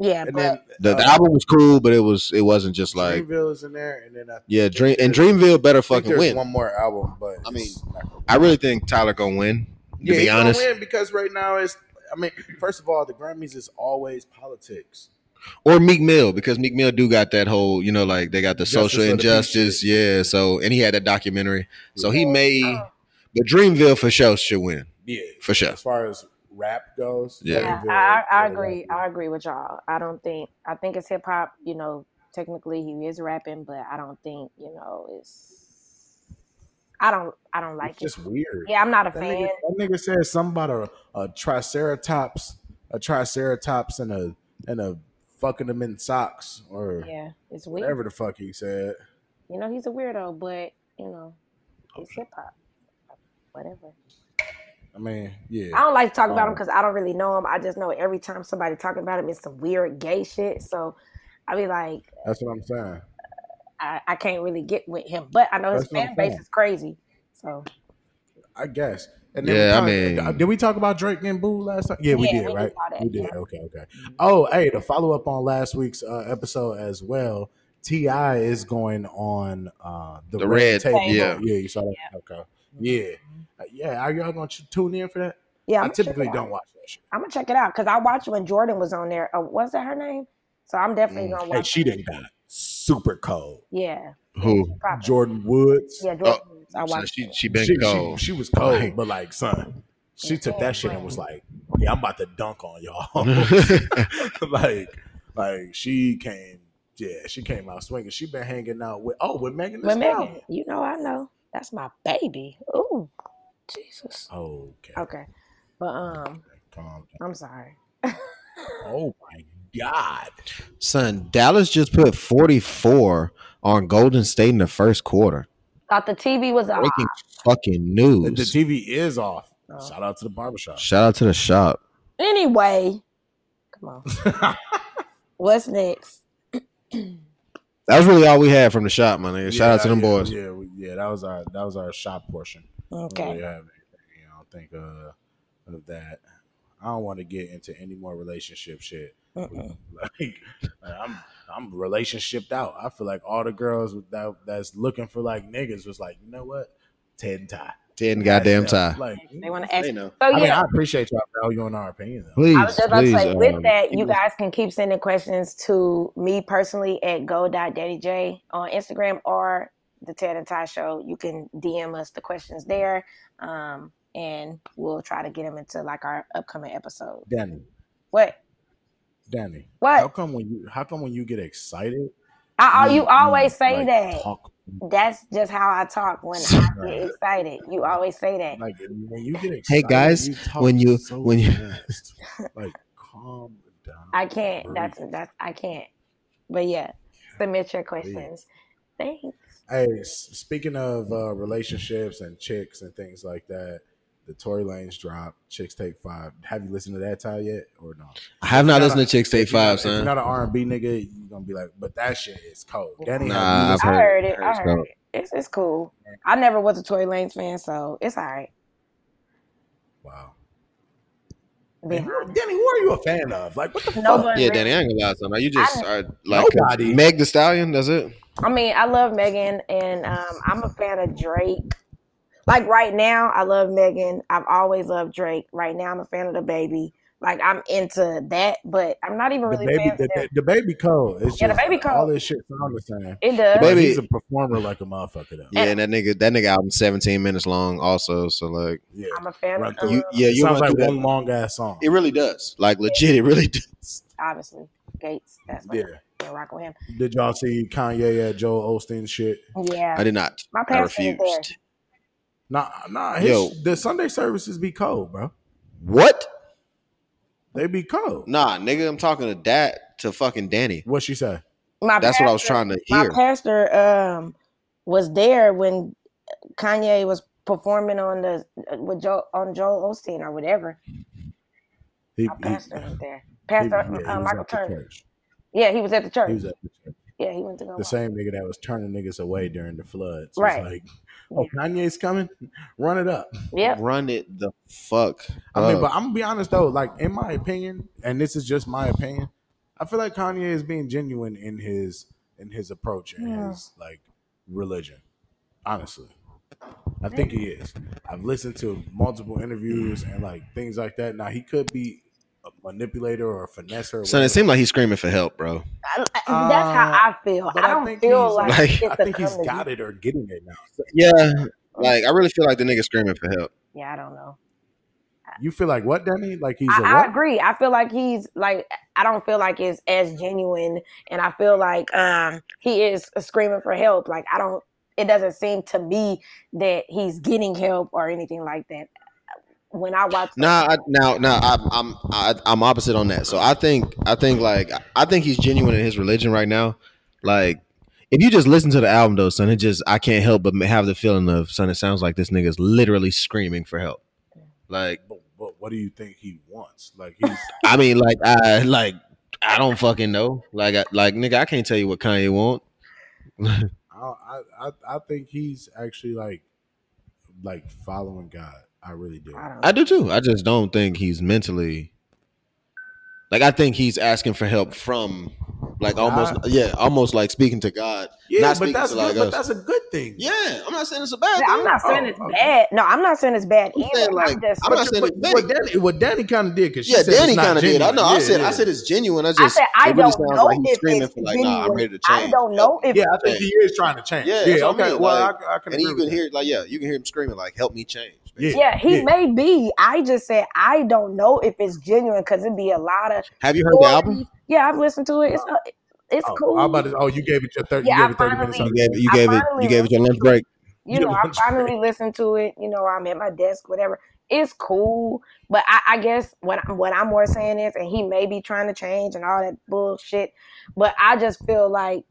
S5: yeah,
S3: and
S5: but
S3: then
S6: the, the
S3: uh,
S6: album was cool, but it was it wasn't just like
S3: Dreamville is in there, and then I
S6: yeah.
S3: think
S6: Dream and
S3: there's-
S6: Dreamville better
S3: I think
S6: fucking
S3: there's
S6: win.
S3: One more album, but
S6: I mean,
S3: it's not gonna
S6: I really think Tyler gonna win. To
S3: Yeah,
S6: be
S3: he's gonna
S6: honest,
S3: win because right now it's. I mean, first of all, the Grammys is always politics.
S6: or Meek Mill because Meek Mill do got that whole you know like they got the
S3: Justice
S6: social
S3: of the
S6: injustice,
S3: peace
S6: yeah. So and he had that documentary, so he may.
S5: Oh.
S6: But Dreamville for sure should win
S3: Yeah,
S6: for sure.
S3: as far as rap goes.
S6: Yeah.
S5: Yeah,
S3: Dreamville,
S5: I, I
S3: yeah,
S5: agree.
S3: rap.
S5: I agree with y'all. I don't think I think it's hip hop. You know, technically he is rapping, but I don't think you know it's. I don't. I don't like
S3: It's just
S5: it.
S3: weird.
S5: Yeah, I'm not a
S3: that
S5: fan.
S3: nigga, that nigga said something about a, a triceratops, a triceratops, and a and a fucking them in socks or
S5: Yeah, it's weird.
S3: whatever the fuck he said.
S5: You know, he's a weirdo, but you know, it's hip hop. Whatever.
S3: I mean, yeah.
S5: I don't like to talk about him
S3: Um,
S5: because I don't really know him. I just know every time somebody talking about him, it's some weird gay shit. So I be like,
S3: That's what I'm saying.
S5: I, I can't really get with him. But I know his
S3: That's what I'm
S5: fan base
S3: saying.
S5: is crazy. So
S3: I guess. And
S6: Yeah,
S3: we
S6: I
S3: talked-
S6: mean-
S3: did we talk about Drake and Boo last time? Yeah, we
S5: Yeah,
S3: did,
S5: we did
S3: right?
S5: all that, Mm-hmm.
S3: we did.
S5: yeah.
S3: Okay, okay. Oh, hey, to follow up on last week's uh, episode as well, Ti is going on uh, the,
S6: The
S3: red,
S6: Red
S3: table.
S5: Table.
S6: yeah.
S3: yeah, you saw that. Okay, yeah, Uh, yeah. Are y'all gonna ch- tune in for that?
S5: Mm-hmm. yeah,
S3: I
S5: I'ma check it
S3: typically
S5: out.
S3: don't watch that shit.
S5: I'm gonna check it out because I watched when Jordan was on there. Uh, was that her name? So I'm definitely
S6: Mm.
S5: gonna watch.
S3: Hey, she
S5: it.
S3: didn't die. Super cold.
S5: Yeah,
S6: Who?
S5: probably.
S3: Jordan Woods.
S5: Yeah, Jordan. I
S6: So
S5: watched.
S6: she
S5: it.
S6: she been
S3: she,
S6: cold.
S3: She, she was cold, but like, son, she took that shit and was like, "Yeah, I'm about to dunk on y'all."
S6: Oh.
S3: like, like she came, yeah, she came out swinging. She been hanging out with oh with Megan. Thee
S5: But Megan,
S3: Stallion.
S5: you know I know that's my baby. Ooh, Jesus.
S3: Okay,
S5: Okay, but um,
S3: calm down.
S5: I'm sorry.
S3: Oh my god,
S6: Son, Dallas just put 44 on Golden State in the first quarter.
S5: Thought the TV was off.
S6: Breaking fucking
S3: the, the
S6: news.
S3: TV is off.
S5: Oh.
S3: Shout out to the barbershop.
S6: Shout out to the shop.
S5: Anyway, come on. What's next?
S6: That was really all we had from the shop, my nigga. Shout out to them
S3: yeah,
S6: boys.
S3: Yeah, we- yeah, that was our that was our shop portion.
S5: Okay.
S3: really have anything. I don't think uh, of that. I don't want to get into any more relationship shit.
S5: Mm-mm.
S3: Like I'm I'm relationshiped out. I feel like all the girls that that's looking for like niggas was like, you know what, Ted and Ty.
S6: 10 goddamn
S3: That's them.
S6: time.
S3: Like
S5: They want to ask.
S6: know.
S5: So
S3: I mean, I
S5: yeah,
S3: appreciate y'all valuing our opinion though.
S6: Please,
S5: I was just about
S6: please,
S5: to say, with
S6: um,
S5: that, you guys can keep sending questions to me personally at go.daddyj on Instagram or the Ted and Ty Show. You can DM us the questions there, um, and we'll try to get them into like our upcoming episode.
S3: Danny,
S5: What?
S3: Danny, how
S5: What?
S3: come when you how come when you get excited,
S5: I, I- you
S3: like,
S5: always say that.
S3: Talk
S5: That's just how I talk when I get excited. You always say that.
S3: Like when you get excited,
S6: Hey, guys,
S3: you talk
S6: when you-
S3: so
S6: when you-
S3: fast. like calm down.
S5: I can't. That's
S3: breathe.
S5: that's I can't. But yeah, submit your questions. Thanks.
S3: Hey, s- speaking of uh, relationships and chicks and things like that, the Tory Lanez drop, Chicks Take Five. Have you listened to that Ty yet or no?
S6: I have not
S3: If you're
S6: listened to Chicks Take
S3: if you're not-
S6: Five,
S3: If you're
S6: son.
S3: not an R and B nigga, you're gonna be like, but that shit is cold. Danny, have you
S6: Nah, I've
S5: I
S3: listened-
S5: heard it. I
S6: it's
S5: heard
S6: dope.
S5: it. It's it's cool. I never was a Tory Lanez fan, so it's all right.
S3: wow.
S5: Being
S3: Danny,
S5: honest.
S3: Danny, who are you a fan of? Like, what the
S5: No,
S3: fuck?
S5: but
S6: Yeah,
S5: really-
S6: Danny, I ain't gonna lie, son. Are you just
S5: I-
S6: are, like 'cause
S3: Nobody.
S6: Meg the Stallion? That's it.
S5: I mean, I love Megan, and um, I'm a fan of Drake. Like right now, I love Megan. I've always loved Drake. Right now, I'm a fan of the baby. Like I'm into that, but I'm not even
S3: The
S5: really
S3: baby,
S5: fans
S3: the,
S5: of them.
S3: the, the baby cold. It's just
S5: Yeah, the baby
S3: all
S5: cold.
S3: this shit sound the same.
S5: It does.
S6: The baby-
S3: He's a performer like a motherfucker though.
S6: Yeah, and that nigga, that nigga album seventeen minutes long. Also, so like,
S3: Yeah,
S5: I'm a fan
S3: Run
S5: of
S3: through-
S6: you,
S5: um,
S6: yeah, you
S3: sounds
S6: went
S3: like
S6: through that.
S3: one long ass song.
S6: It really does. Like legit, it really does.
S5: obviously Gates. That's what
S3: yeah.
S5: I'm rock with him.
S3: Did y'all see Kanye at Joel Osteen shit?
S5: Yeah,
S6: I did not.
S5: my
S6: I
S5: pastor is there.
S6: refused.
S3: Nah, nah. His,
S6: Yo.
S3: the Sunday services be cold, bro.
S6: What?
S3: They be cold.
S6: Nah, nigga, I'm talking to that to fucking Danny.
S3: What she say?
S5: My
S6: That's what I was
S5: pastor-
S6: trying to
S5: My
S6: hear.
S5: pastor um was there when Kanye was performing on the with Joe on Joel Osteen or whatever.
S3: He,
S5: My
S3: he-
S5: pastor was there.
S3: he-
S5: Pastor
S3: yeah, he
S5: uh,
S3: was
S5: Michael
S3: at the
S5: Turner.
S3: church.
S5: Yeah, he was at the church.
S3: He was at the church.
S5: yeah, he went to go.
S3: The
S5: watch.
S3: same nigga that was turning niggas away during the floods. It's
S5: Right.
S3: like, oh, Kanye's coming. Run it up.
S5: Yep.
S6: Run it the fuck.
S3: I mean,
S6: up.
S3: but I'm gonna be honest though, like in my opinion, and this is just my opinion, I feel like Kanye is being genuine in his in his approach and
S5: Yeah.
S3: his like religion. Honestly. I think he is. I've listened to multiple interviews and like things like that. Now he could be a manipulator or a finesse or
S6: Son, it
S3: whatever.
S6: seemed like he's screaming for help, bro.
S5: I, I- that's how I feel.
S3: Uh, but
S5: I
S3: I
S5: don't
S3: think
S5: feel
S3: he's-
S5: like,
S6: like-
S5: it's
S3: I
S5: the
S3: think he's
S5: comedy. Mm.
S3: got it or getting it now.
S6: Yeah, like I really feel like the nigga screaming for help.
S5: Yeah, I don't know.
S3: You feel like what, Danny? Like he's a
S5: I, I
S3: what?
S5: agree. I feel like he's like I don't feel like it's as genuine, and I feel like um he is screaming for help. Like I don't. It doesn't seem to me that he's getting help or anything like that. When I watch,
S6: Nah, I, now, now I'm I'm I, I'm opposite on that. So I think I think like I think he's genuine in his religion right now. Like, if you just listen to the album though, son, it just I can't help but have the feeling of son. It sounds like this nigga's literally screaming for help. Like,
S3: But, but what do you think he wants? Like he's
S6: I mean, like I like I don't fucking know. Like, I, like nigga, I can't tell you what Kanye want.
S3: I, I I- I think he's actually like like following God. I really do.
S5: I don't
S6: I do too. I just don't think he's mentally like I think he's asking for help from like almost
S3: God?
S6: yeah, almost like speaking to God.
S3: Yeah,
S6: Not
S3: but
S6: speaking
S3: that's
S6: to
S3: good,
S6: like
S3: but
S6: us.
S3: that's a good thing.
S6: Yeah, I'm not saying it's a bad
S5: Yeah,
S6: thing.
S5: I'm not saying
S3: Oh,
S5: it's
S3: okay.
S5: bad. No, I'm not saying it's bad
S6: I'm
S5: either.
S6: saying,
S5: I'm
S6: like,
S5: just,
S6: I'm not saying
S3: But,
S6: it's
S3: but
S6: bad.
S3: Danny, what Danny kind of did because
S6: Yeah, Danny kind of did. I know. I said I said it's genuine. I just
S5: I said I
S6: it really
S5: don't
S6: sounds
S5: know
S6: like he's
S5: if
S6: screaming
S5: it's
S6: for like, nah, I'm
S5: genuine.
S6: ready to
S5: I
S6: change.
S5: don't know if
S3: Yeah, I think he is trying to change.
S6: Yeah,
S3: Yeah,
S6: that's what I
S3: okay.
S6: mean,
S3: Well,
S6: like,
S3: I, I can
S6: and
S3: agree
S6: you
S3: with
S6: can
S3: that.
S6: hear like yeah, you can hear him screaming like help me change.
S3: Yeah,
S5: Yeah, he may be. I just said I don't know if it's genuine because it'd be a lot of.
S6: Have you heard the album?
S5: Yeah, I've listened to it. It's uh, it's
S3: Oh,
S5: cool.
S3: I'm about to, oh, you gave it your thirty.
S5: Yeah,
S3: you
S5: I
S3: gave it thirty minutes.
S5: finally-
S3: on
S6: You gave it, you
S5: I
S6: gave it
S5: finally
S6: you gave it your lunch break.
S5: you
S3: Yeah,
S5: know, I
S3: lunch
S5: finally listened to it. You know, I'm at my desk, whatever. It's cool, but I, I guess what I'm, what I'm more saying is, and he may be trying to change and all that bullshit, but I just feel like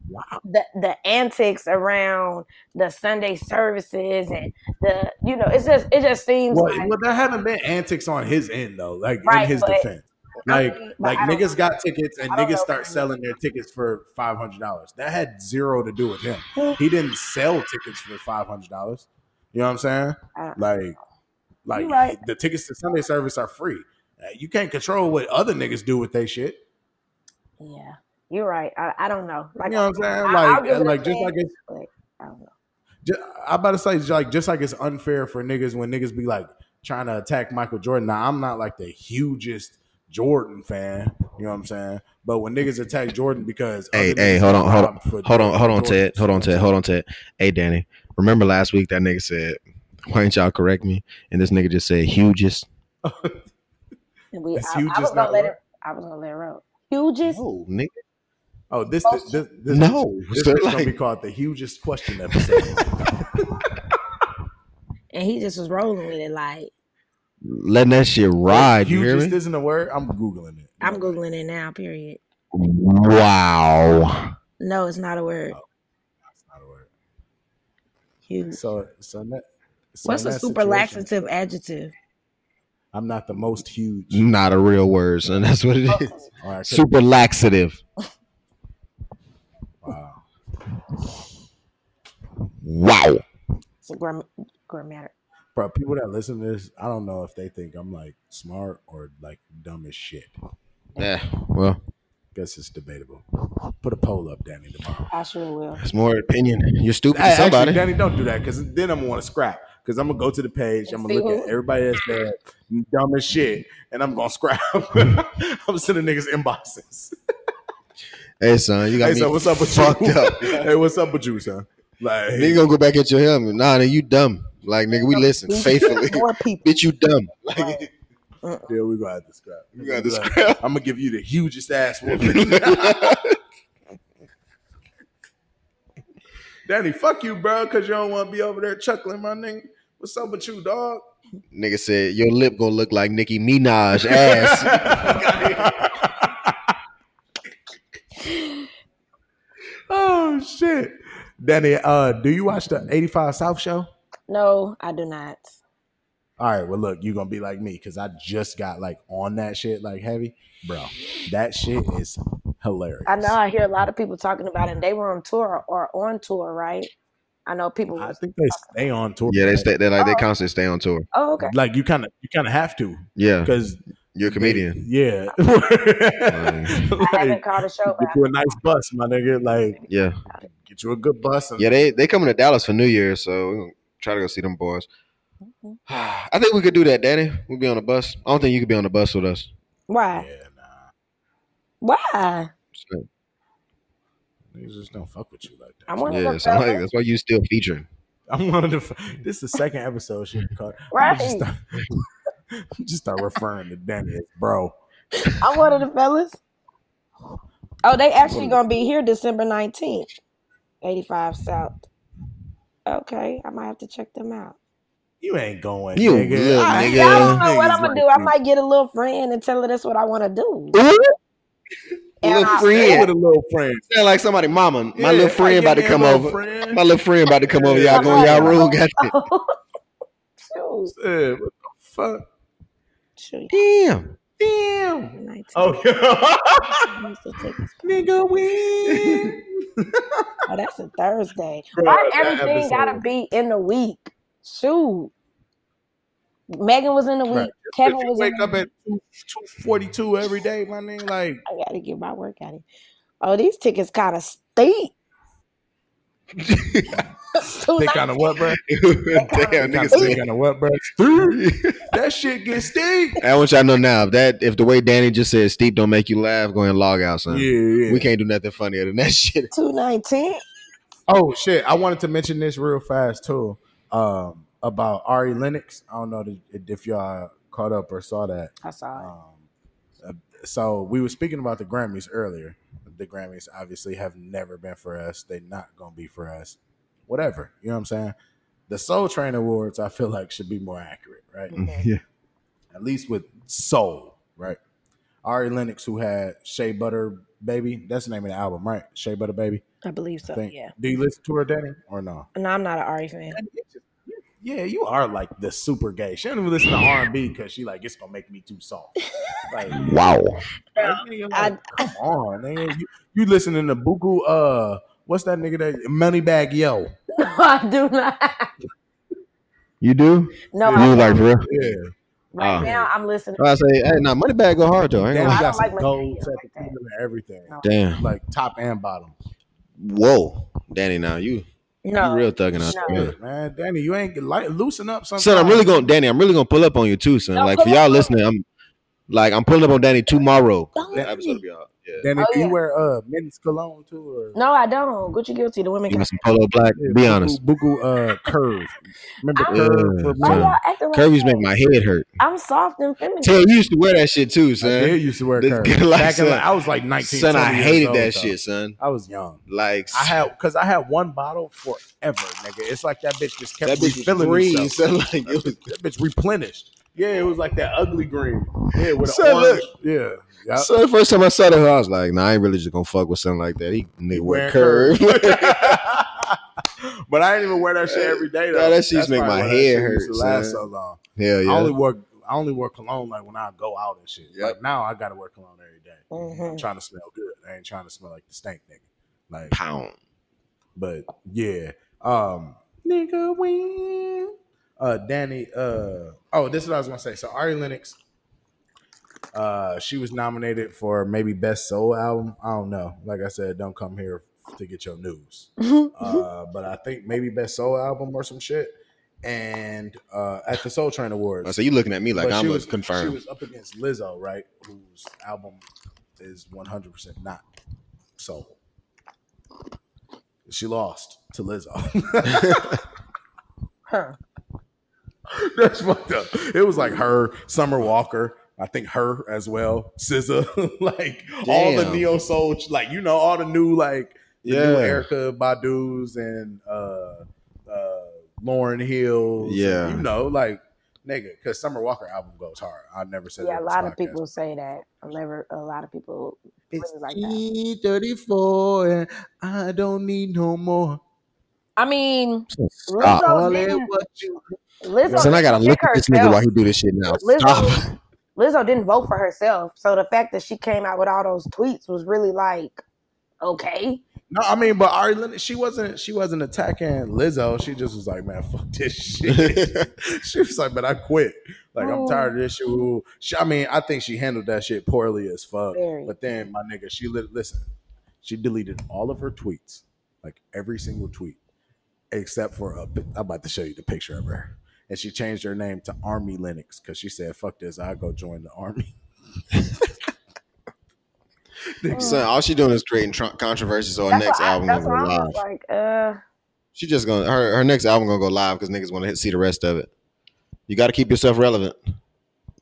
S5: the the antics around the Sunday services and the you know, it's just it just seems
S3: Well,
S5: like
S3: well, there haven't been antics on his end though. Like
S5: Right,
S3: in his
S5: but-
S3: defense, like
S5: I mean, but
S3: like
S5: I don't-
S3: niggas got tickets and
S5: I don't
S3: niggas
S5: know.
S3: start selling their tickets for five hundred dollars. That had zero to do with him. He didn't sell tickets for five hundred dollars. You know what I'm saying?
S5: I-
S3: Like, like
S5: You right.
S3: the tickets to Sunday service are free. Uh, You can't control what other niggas do with their shit.
S5: yeah, you're right. I, I don't know. Like
S3: You know what I'm saying?
S5: I- I'll
S3: Like,
S5: give it a
S3: like just
S5: chance.
S3: like it's
S5: like, I don't know.
S3: just, I about to say like just like it's unfair for niggas when niggas be like trying to attack Michael Jordan. Now I'm not like the hugest Jordan fan, you know what I'm saying? But when niggas attack Jordan because
S6: Hey,
S3: other
S6: hey,
S3: niggas
S6: hold
S3: got
S6: on, hold on,
S3: robbed for
S6: hold on,
S3: Jordan-
S6: hold
S3: Jordan,
S6: on, Ted, hold
S3: you know
S6: on, Ted, hold on, Ted. Hey, Danny, remember last week that nigga said, "Why ain't y'all correct me?" And this nigga just said, "Hugest."
S5: And we,
S3: Is
S5: I, I
S3: Hugh
S5: was
S3: just
S5: gonna
S3: not
S5: let
S3: right?
S5: it. I was gonna let it roll. Hugest.
S6: No, nigga,
S3: Oh, this this, this, this
S6: No,
S3: this
S6: sir,
S3: is gonna be
S6: like-
S3: called the hugest question episode.
S5: And he just was rolling with it. Like
S6: Letting that shit ride. You hear
S3: hugest
S6: me?
S3: isn't a word. I'm googling it.
S5: I'm googling it now. Period.
S6: Wow.
S5: No, it's not a word.
S3: Oh. That's not a word.
S5: Huge.
S3: So so, that, so
S5: What's
S3: in
S5: a
S3: that
S5: super
S3: situation,
S5: laxative adjective?
S3: I'm not the most huge.
S6: Not a real word, son. That's what it is.
S3: All right, could-
S6: Super laxative.
S3: wow.
S6: Wow.
S5: It's a gram- grammatic.
S3: Bro, people that listen to this, I don't know if they think I'm like smart or like dumb as shit.
S6: Yeah. Well,
S3: Guess it's debatable. Put a poll up, Danny, tomorrow.
S5: I sure will.
S6: it's more opinion. You're stupid
S3: Hey,
S6: to somebody.
S3: Actually, Danny, don't do that because then I'm gonna want to scrap. Because I'm gonna go to the page, I'm gonna
S5: See
S3: look
S5: who-
S3: at everybody that's there, dumb as shit, and I'm gonna scrap. I'm sending niggas inboxes.
S6: hey, son. You got
S3: Hey,
S6: me
S3: son, what's up with
S6: fucked
S3: you?
S6: up.
S3: hey, what's up with you, son? Like,
S6: Nigga gonna go back at your helmet. Nah, nigga, you dumb. Like, nigga, we listen faithfully.
S5: More people.
S6: Bitch, you dumb.
S5: Right.
S3: yeah, we gonna have to scrap.
S6: You got this
S3: Like,
S6: crap.
S3: I'm gonna give you the hugest ass whooping. Danny, fuck you, bro, because you don't want to be over there chuckling, my nigga. What's up with you, dog?
S6: Nigga said, your lip gonna look like Nicki Minaj ass.
S3: oh shit. Danny, uh, do you watch the 85 South show?
S5: No, I do not.
S3: All right, well look, you're gonna be like me because I just got like on that shit like heavy. Bro, that shit is hilarious.
S5: I know I hear a lot of people talking about it. And they were on tour or on tour, right? I know people.
S3: I think they stay on tour.
S6: yeah, they stay. They like they constantly stay on tour.
S5: oh, okay.
S3: like you kind of you kind of have to
S6: Yeah,
S3: because
S6: you're a comedian.
S3: yeah,
S5: I haven't
S3: like,
S5: called a show, but
S3: get you a nice bus, my nigga. Like
S6: Yeah,
S3: get you a good bus. And
S6: yeah. They they coming to Dallas for New Year's, so we gonna try to go see them boys. I think we could do that, Danny. We'd be on a bus. I don't think you could be on the bus with us.
S3: yeah,
S5: why?
S3: nah,
S5: Why?
S3: niggas just don't fuck with you like that.
S5: I want to
S6: Yeah,
S5: go
S6: so I'm like, that's why you still featuring.
S3: I'm one of the. This is the second episode. Shit, called,
S5: Right.
S3: Just start, just start referring to Danny as bro.
S5: I'm one of the fellas. Oh, they actually gonna be here December nineteenth, eighty-five South. Okay, I might have to check them out.
S3: You ain't going.
S6: You
S3: nigga.
S6: little
S3: I-
S6: nigga.
S5: I don't know what
S3: Niggas
S5: I'm gonna
S3: like
S5: do. I
S3: you.
S5: might get a little friend and tell her that's what I want to do. And
S6: little
S5: I-
S3: Stay with
S6: friend.
S3: a little friend.
S6: Sound like somebody, mama. My
S3: Yeah,
S6: little
S3: like,
S6: friend
S3: yeah,
S6: about to
S3: man,
S6: come
S3: little
S6: over.
S3: friend.
S6: My little friend about to come over. Y'all going y'all room. God
S5: Shoot,
S3: Yeah, what the fuck?
S5: shoot.
S6: damn.
S3: Damn.
S5: 19.
S3: Oh,
S5: I must have taken-
S3: nigga, win.
S5: Oh, that's a Thursday.
S3: Bro,
S5: Why
S3: that
S5: everything gotta
S3: episode.
S5: be in the week? Shoot. Megan was in the week.
S3: Right.
S5: Kevin
S3: you
S5: was in
S3: wake
S5: the
S3: up at two forty-two every day, my nigga. Like,
S5: I gotta get my work out of Oh, these tickets kind of stink.
S3: they kind of what, bro?
S6: damn, nigga
S3: They
S6: said.
S3: kind of what, bro? that shit gets stink.
S6: I want y'all to know now if that if the way Danny just said Steve don't make you laugh, go ahead and log out,
S3: Yeah,
S6: son.
S3: yeah.
S6: We can't do nothing funnier than that shit.
S5: Two nineteen.
S3: Oh shit! I wanted to mention this real fast too um, about Ari Lennox. I don't know th- if y'all caught up or saw that.
S5: I saw it.
S3: Um, uh, so we were speaking about the Grammys earlier. The Grammys obviously have never been for us. They're not gonna be for us. Whatever, you know what I'm saying? The Soul Train Awards, I feel like, should be more accurate, right?
S6: Yeah.
S3: At least with Soul, right? Ari Lennox, who had Shea Butter Baby, that's the name of the album, right? Shea Butter Baby.
S5: I believe so.
S3: Think-
S5: Yeah.
S3: Do you listen to her, Danny, or no?
S5: No, I'm not an Ari fan.
S3: Yeah, you are like the super gay. She don't even listen to R and B because she like it's gonna make me too soft. Like,
S6: Wow.
S3: like, nigga,
S5: I-
S3: like, come on, nigga. You, you listening to Buku? Uh, what's that nigga that Moneybag Yo?
S5: I do not.
S6: You do?
S5: No,
S6: You
S5: I,
S6: like for real?
S3: Yeah,
S5: right
S6: Oh.
S5: now I'm listening.
S6: I say, hey, nah, money bag go hard though. I
S3: Danny
S6: ain't gonna lie.
S5: don't
S3: got some
S5: like Moneybagg
S3: gold
S5: Yo
S3: set
S5: like that.
S3: and everything,
S5: No.
S6: Damn.
S3: like top and bottom.
S6: Whoa. Danny, now you
S5: No,
S6: you real thugging out
S5: No.
S6: there. man.
S3: Shit, man, Danny, you ain't like loosen up. Sometimes.
S6: Son, I'm really gonna Danny, I'm really gonna pull up on you too, son.
S5: No,
S6: like
S5: pull
S6: for y'all
S5: up.
S6: listening, I'm like I'm pulling up on Danny tomorrow.
S5: Don't.
S6: That episode will be out.
S3: Then if
S5: Oh,
S3: you
S5: yeah.
S3: wear uh men's cologne too, or
S5: No, I don't. Gucci guilty. The women
S6: Give me
S5: can.
S6: some polo black. Be
S3: Buku-
S6: honest.
S3: Buku uh curve. Remember
S5: I-
S3: curve uh, for
S5: Why
S6: Yeah.
S3: men?
S5: y'all acting like
S6: Curvy's
S5: that?
S6: make my head hurt.
S5: I'm soft and feminine.
S6: Taylor, you used to wear that shit
S5: Oh,
S6: too,
S3: I did
S6: son.
S3: used to wear
S6: This
S3: curve.
S6: kid like
S3: Back in,
S6: son-
S3: like, I was like nineteen.
S6: Son, I
S3: 20 years
S6: hated
S3: old,
S6: that
S3: though.
S6: shit, son.
S3: I was young.
S6: Like
S3: I had because I had one bottle forever, nigga. It's like that bitch just kept
S6: that bitch was
S3: refilling
S6: green,
S3: herself.
S6: son. Like it was
S3: That bitch replenished. Yeah, it was like that ugly green. Yeah, with
S6: Son,
S3: the orange. Yeah, yeah.
S6: So the first time I saw that, I was like, "Nah, I ain't really just gonna fuck with something like that." He nigga wear
S3: Wearing
S6: curve.
S3: curves. but I didn't even wear that shit every day though.
S6: Nah, that shit used to make
S3: probably
S6: my
S3: why that
S6: head
S3: shit used
S6: hurt,
S3: to last
S6: son.
S3: so long.
S6: Hell
S3: I only
S6: yeah.
S3: work. I only wear cologne like when I go out and shit.
S6: Yep.
S3: Like now, I gotta wear cologne every day. I'm
S5: Mhm.
S3: trying to smell good. I ain't trying to smell like the stink nigga. Like,
S6: Pound.
S3: but yeah, um, nigga win. Uh, Danny. Uh, oh, this is what I was gonna say. So Ari Lennox, uh, she was nominated for maybe best soul album. I don't know. Like I said, don't come here to get your news.
S6: Mm-hmm.
S3: Uh, but I think maybe best soul album or some shit. And uh, at the Soul Train Awards,
S6: I said, "You looking at me like
S3: but
S6: I'm
S3: she
S6: a
S3: was She
S6: confirmed."
S3: was up against Lizzo, right? Whose album is 100 percent not soul. She lost to Lizzo.
S6: uh,
S5: Huh.
S3: That's fucked up. It was like her, Summer Walker. I think her as well, SZA, like all the
S6: Damn.
S3: neo soul, like you know all the new like the new
S6: Yeah.
S3: Erica Badu's and uh, uh, Lauren Hills. and,
S6: Yeah.
S3: you know like nigga, because Summer Walker album goes hard. I never said
S5: Yeah,
S3: that
S5: a
S3: on this
S5: lot of
S3: podcast.
S5: people say that. I never. A lot of people.
S3: It's
S5: really like that.
S3: E thirty four, and I don't need no more.
S5: I mean,
S6: Stop.
S5: Lizzo didn't.
S3: what you.
S5: Lizzo
S6: Son, I gotta
S5: didn't
S6: look
S5: pick
S6: at this nigga
S5: herself.
S6: while he do this shit now.
S5: Lizzo-
S6: Stop.
S5: Lizzo didn't vote for herself, so the fact that she came out with all those tweets was really like, okay,
S3: No, I mean, but Ari Lennox, she wasn't. She wasn't attacking Lizzo. She just was like, man, fuck this shit. she was like, but I quit. Like I'm tired of this shit. Ooh. She, I mean, I think she handled that shit poorly as fuck.
S5: Very.
S3: But then my nigga, she lit, listen. She deleted all of her tweets, like every single tweet, except for a. pi- I'm about to show you the picture of her. And she changed her name to Army Lennox because she said, "Fuck this, I go join the army."
S6: Son, all she doing is creating tr- controversy. So her
S5: Mm. that's
S6: next
S5: what I-
S6: album
S5: that's
S6: gonna
S5: what
S6: go
S5: I
S6: live.
S5: was like, uh,
S6: She just gonna her her next album gonna go live because niggas want to see the rest of it. You got to keep yourself relevant.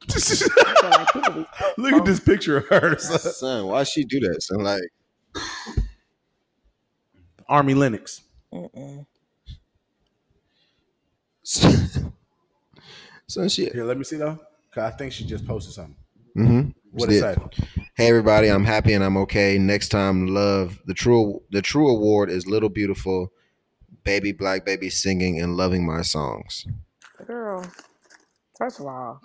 S5: I feel like people be-
S3: Look at this picture of her. son.
S6: Son, why she do that? Son, like
S3: Army Lennox.
S5: Mm-mm.
S6: son, shit.
S3: Here, let me see though. Cause I think she just posted something.
S6: Mm-hmm.
S3: What it say?
S6: Hey everybody, I'm happy and I'm okay. Next time, love the true the true award is little beautiful, baby black baby singing and loving my songs.
S5: girl. First of all,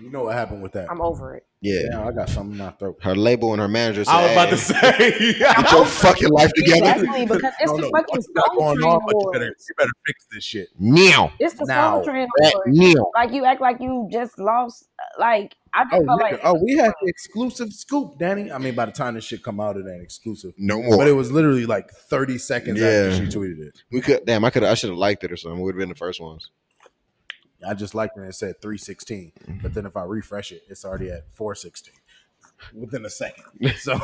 S3: You know what happened with that?
S5: I'm over it.
S6: Yeah,
S3: Damn, I got something in my throat.
S6: her label and her manager. Said,
S3: I was about to
S6: "Hey,
S3: say.
S6: get your fucking life together
S5: Exactly, because it's the fucking
S3: what's not
S5: Soul
S3: going
S5: Train
S3: on, but you better,
S5: Awards.
S3: you better fix this shit.
S6: now,
S5: It's the
S3: Now,
S5: Soul Train
S6: right
S5: Awards.
S6: now."
S5: Like you act like you just lost. Like I just
S3: Oh,
S5: felt
S3: nigga.
S5: like
S3: oh, we had the exclusive scoop, Danny. I mean, by the time this shit come out, it ain't exclusive.
S6: No more.
S3: But it was literally like 30 seconds after
S6: Yeah.
S3: she tweeted it.
S6: we could damn. I could. I should have liked it or something. We would have been the first ones.
S3: I just liked when it said 316. But then if I refresh it, it's already at 416 within a second. So,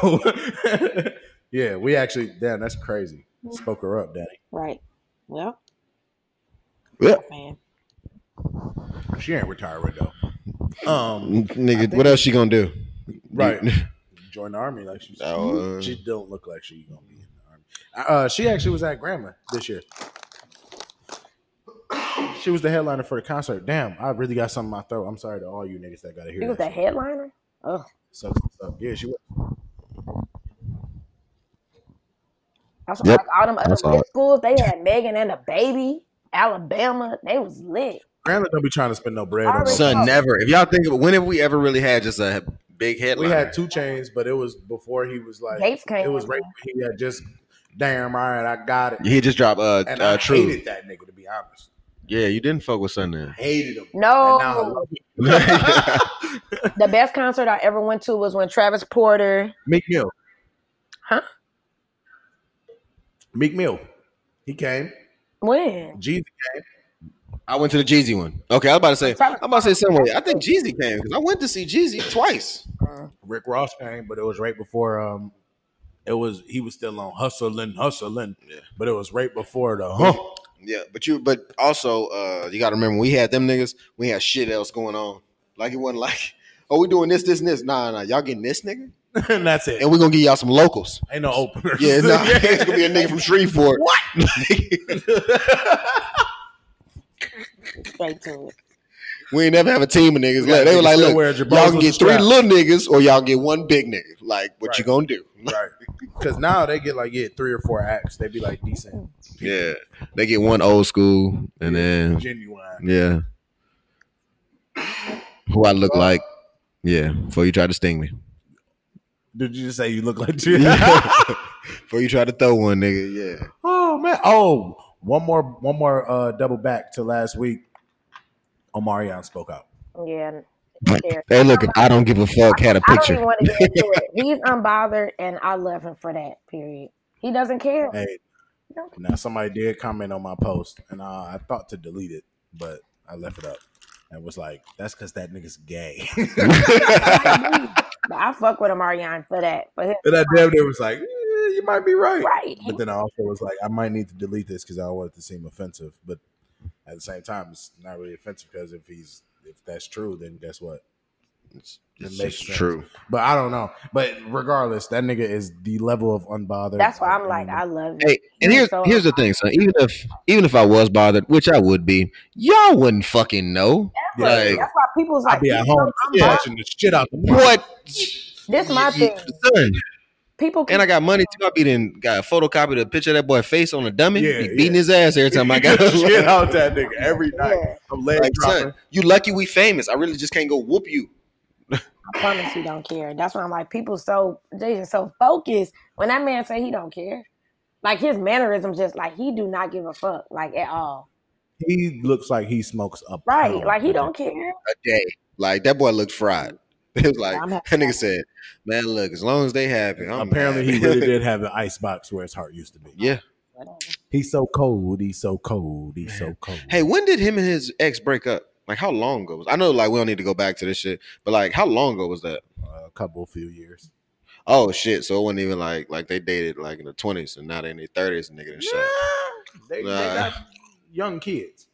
S3: yeah, we actually, damn, that's crazy. Spoke her up, Danny.
S5: right. Well,
S6: Yeah,
S5: man,
S3: She ain't retired though. Um,
S6: nigga. What else she gonna do?
S3: right. Join the army like she's.
S6: Oh, uh,
S3: she don't look like she gonna be in the army. Uh, she actually was at Grammar this year. She was the headliner for the concert. Damn, I really got something in my throat. I'm sorry to all you niggas that gotta hear
S5: you was
S3: that.
S5: the
S3: shit.
S5: headliner. Ugh.
S3: So, so, yeah, she was.
S5: That's
S6: Yep.
S5: like all them other
S6: That's all.
S5: lit schools. They had Megan and the Baby, Alabama. They was lit.
S3: Grandma don't be trying to spend no bread. On
S5: Already-
S3: no.
S6: son, never. If y'all think of when have we ever really had just a big headline?
S3: We had two chains, but it was before he was like.
S5: Gates came.
S3: It was
S5: in
S3: right. He had just. Damn right, I got it.
S6: He just dropped uh,
S3: And
S6: uh
S3: I
S6: true.
S3: hated that nigga to be honest.
S6: Yeah, you didn't fuck with Sun there.
S3: Hated him.
S5: there.
S3: And now I love
S5: No,
S3: him.
S5: the best concert I ever went to was when Travis Porter.
S3: Meek Mill.
S5: Huh?
S3: Meek Mill. He came.
S5: When
S3: Jeezy
S6: I went to the Jeezy one. Okay, I was about to say.
S5: Travis
S6: I'm about to say some way. I think Jeezy came because I went to see Jeezy twice.
S5: Mm-mm.
S3: Rick Ross came, but it was right before um it was he was still on hustling, hustling.
S6: Yeah.
S3: But it was right before the huh.
S6: Yeah, but you but also uh you gotta remember when we had them niggas, we had shit else going on. Like it wasn't like, oh, we doing this, this, and this. Nah, nah, y'all getting this nigga?
S3: and that's it.
S6: And we gonna give y'all some locals.
S3: Ain't no openers.
S6: Yeah, nah, it's gonna be a nigga from Shreveport. What?
S5: Straight to it.
S6: we ain't never have a team of niggas.
S3: Yeah,
S6: left. they were
S3: niggas
S6: like,
S3: still
S6: look,
S3: wear
S6: y'all
S3: Jabros
S6: can
S3: with
S6: get
S3: the
S6: three
S3: strap.
S6: little niggas or y'all get one big nigga. Like, what you
S3: Right.
S6: gonna do?
S3: right. Cause now they get like yeah, three or four acts. They be like decent.
S6: Yeah. They get one old school and then
S3: genuine.
S6: Yeah. Who I look like. Yeah. Before you try to sting me.
S3: Did you just say you look like
S6: Before you try to throw one, nigga. Yeah.
S3: Oh man. Oh, one more one more uh double back to last week. Omarion spoke out.
S5: Yeah.
S6: Hey, look, I don't give a fuck. Had a
S5: I don't even
S6: picture.
S5: want to get into it. He's unbothered, and I love him for that. Period. He doesn't care.
S3: Hey.
S5: No.
S3: Now somebody did comment on my post and uh, I thought to delete it, but I left it up and was like, that's cause that nigga's gay.
S5: But I fuck with Amarion for that. For him,
S3: and I damn near was like, eh, you might be right.
S5: right?
S3: But then I also was like, I might need to delete this because I don't want it to seem offensive. But at the same time, it's not really offensive because if he's if that's true, then guess what?
S6: It's,
S3: It
S6: it's
S3: makes
S6: just
S3: sense.
S6: true.
S3: But I don't know. But regardless, that nigga is the level of unbothered.
S5: That's why I'm like,
S3: mean,
S5: I love it.
S6: Hey, and
S5: He's
S6: here's
S5: so
S6: here's the thing, son. Even if even if I was bothered, which I would be, y'all wouldn't fucking know.
S3: yeah,
S6: Like
S5: That's why people's like,
S3: I'll be at
S5: "You
S3: home
S5: know, I'm bothered."
S3: catching the shit out the park.
S6: what?
S5: This my thing.
S6: Son,
S5: People
S6: and I
S5: keep-
S6: got money too. I be then got a photocopy the picture of that boy face on a dummy.
S3: Yeah,
S6: Be beating
S3: yeah.
S6: his ass every time I got
S3: shit out that nigga every night.
S5: Yeah,
S3: I'm leg
S6: Like,
S3: dropping.
S6: son, you lucky we famous. I really just can't go whoop you.
S5: I promise he don't care. That's why I'm like, people so they just so focused. When that man say he don't care, like his mannerisms, just like he do not give a fuck, like at all.
S3: He looks like he smokes up.
S5: Right?
S6: Oh,
S5: like he don't care.
S6: a day. Like that boy looked fried. It was like
S5: I'm
S6: that
S5: happy.
S6: nigga said, "Man, look, as long as they happy, I'm
S3: Apparently, he
S6: happy."
S3: really did have an ice box where his heart used to be.
S6: yeah.
S5: Whatever.
S3: He's so cold. He's so cold. He's so cold.
S6: Hey, when did him and his ex break up? Like how long ago? Was, I know, like we don't need to go back to this shit, but like how long ago was that?
S3: a couple few years.
S6: Oh shit! So it wasn't even like like they dated like in the twenties and now they in their thirties and nigga and shit.
S3: They, they
S6: Nah.
S3: got young kids.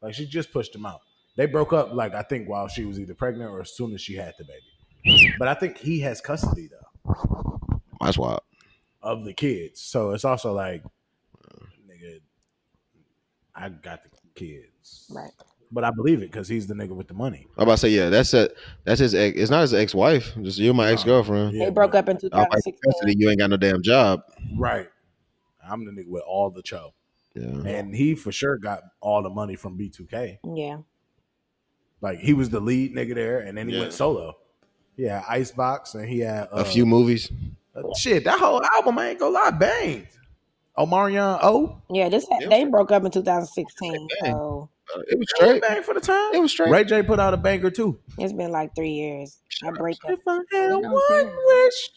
S3: Like she just pushed them out. They broke up like I think while she was either pregnant or as soon as she had the baby. But I think he has custody though
S6: That's wild.
S3: of the kids. So it's also like nigga I got the kids.
S5: Right.
S3: But I believe it because he's the nigga with the money.
S6: I'm about to say yeah. That's a that's his ex. It's not his ex wife. Just you're my ex girlfriend.
S3: Yeah,
S5: they broke
S3: but-
S5: up in
S6: I'm like
S5: 2016.
S6: custody. You ain't got no damn job.
S3: Right. I'm the nigga with all the cho.
S6: Yeah.
S3: And he for sure got all the money from B2K.
S5: Yeah.
S3: Like he was the lead nigga there, and then he
S6: Yeah.
S3: went solo. He had Icebox, and he had uh,
S6: A few movies.
S3: uh, shit. That whole album I ain't gonna lie, banged. Omarion O,
S5: Yeah, this
S6: Yeah.
S5: they broke up in 2016,
S6: Hey.
S5: so
S6: Uh, it was straight.
S3: bang for the time.
S6: It was straight.
S3: Ray J put out a banger too.
S5: it's been like three years. I break up.
S3: If I had
S5: don't
S3: one
S5: care.
S3: wish,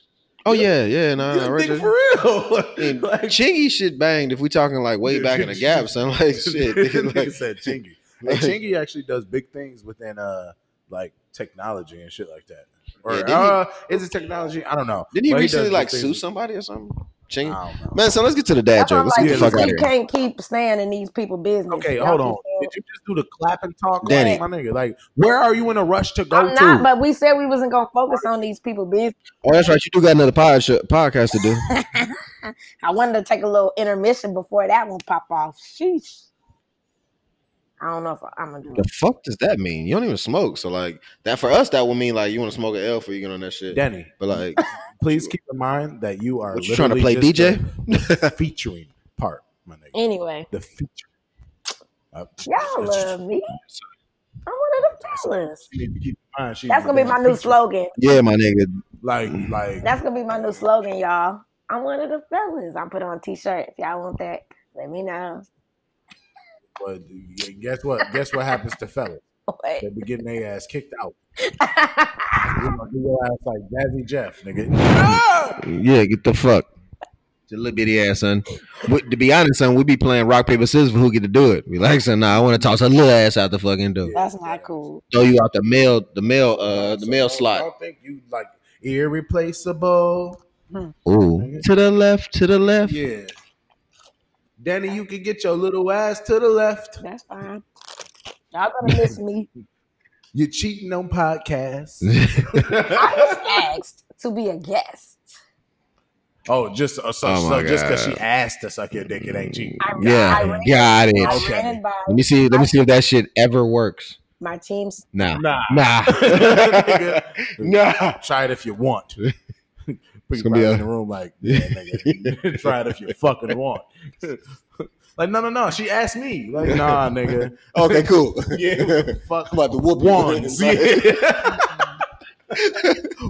S6: Oh yeah, yeah, nah,
S3: you
S6: nah,
S3: nigga
S6: Ray J-
S3: for real.
S6: And
S3: like,
S6: Chingy shit banged if we talking like way back in the gap, son. Like shit. nigga,
S3: nigga
S6: like-
S3: said Chingy. Hey, Chingy actually does big things within uh like technology and shit like that. Or
S6: Yeah, didn't he-
S3: uh, is it technology? I don't know.
S6: Didn't he
S3: But does
S6: recently
S3: big
S6: like
S3: things
S6: sue
S3: with-
S6: somebody or something?
S3: I
S6: Chingy.
S3: don't know.
S6: Man, son, let's get to the dad
S5: That's why
S6: joke.
S5: I'm like,
S6: Let's get the
S5: you
S6: fuck out of here.
S5: can't keep staying in these people business.
S3: Okay,
S5: Y'all
S3: hold
S5: keep
S3: on.
S5: saying-
S3: Did you just do the clap and talk, like,
S6: Danny.
S3: my nigga? Like, where are you in a rush to go
S5: I'm
S3: to?
S5: not, but we said we wasn't gonna focus on these people business.
S6: Oh, that's right. You do got another pod sh- podcast to do.
S5: I wanted to take a little intermission before that one pop off. Sheesh. I don't know if I'm gonna do
S6: the
S5: it.
S6: fuck does that mean? You don't even smoke. So like that for us, that would mean like you want to smoke an L for you get on that shit.
S3: Danny,
S6: But like,
S3: please keep in mind that you are
S6: what you trying to play
S3: literally
S6: DJ?
S3: just the featuring part, my nigga.
S5: Anyway,
S3: The feature. Uh,
S5: y'all um, love me. I'm one of them fellas.
S3: you need to keep in mind she's
S5: That's gonna be
S3: the
S5: my new
S3: feature.
S5: slogan.
S6: yeah, my nigga.
S3: Like, like
S5: That's gonna be my new slogan, y'all. I'm one of the fellas. I put on a t-shirt. If y'all want that, let me know.
S3: but guess what? Guess what happens to fellas?
S5: What?
S3: They be getting their ass kicked out. You know, do your ass like Jazzy Jeff, nigga.
S6: Yeah, get the fuck. Your little bitty ass, son. We, to be honest, son, we be playing rock paper scissors for who get to do it. We like, son, nah, I want to toss her little ass out the fucking door.
S5: That's not cool.
S6: Throw you out the mail, the mail, uh, the mail
S3: I
S6: slot.
S3: don't think you like irreplaceable.
S6: Ooh, to the left, to the left.
S3: Yeah. Danny, you can get your little ass to the left.
S5: That's fine. Y'all gonna miss me.
S3: You're cheating on podcasts.
S5: Asked to be a guest.
S3: oh, just uh, so,
S6: Oh
S3: so
S6: my
S3: just because
S6: God.
S3: she asked to suck your dick, it ain't cheating.
S5: I, I
S6: yeah,
S5: ran,
S6: got it.
S5: I
S3: Okay.
S5: ran by
S6: Let me see. Let me see if that shit ever works.
S5: my team's
S6: Nah,
S3: Nah.
S6: nah,
S3: Nigga.
S6: nah.
S3: Try it if you want. People
S6: gonna be
S3: probably
S6: a-
S3: in the room like, yeah, nigga, try it if you fucking want. like, no, no, no. She asked me. Like, nah, nigga.
S6: Okay, cool.
S3: Yeah, fuck
S6: about to whoop
S3: ones. Yeah.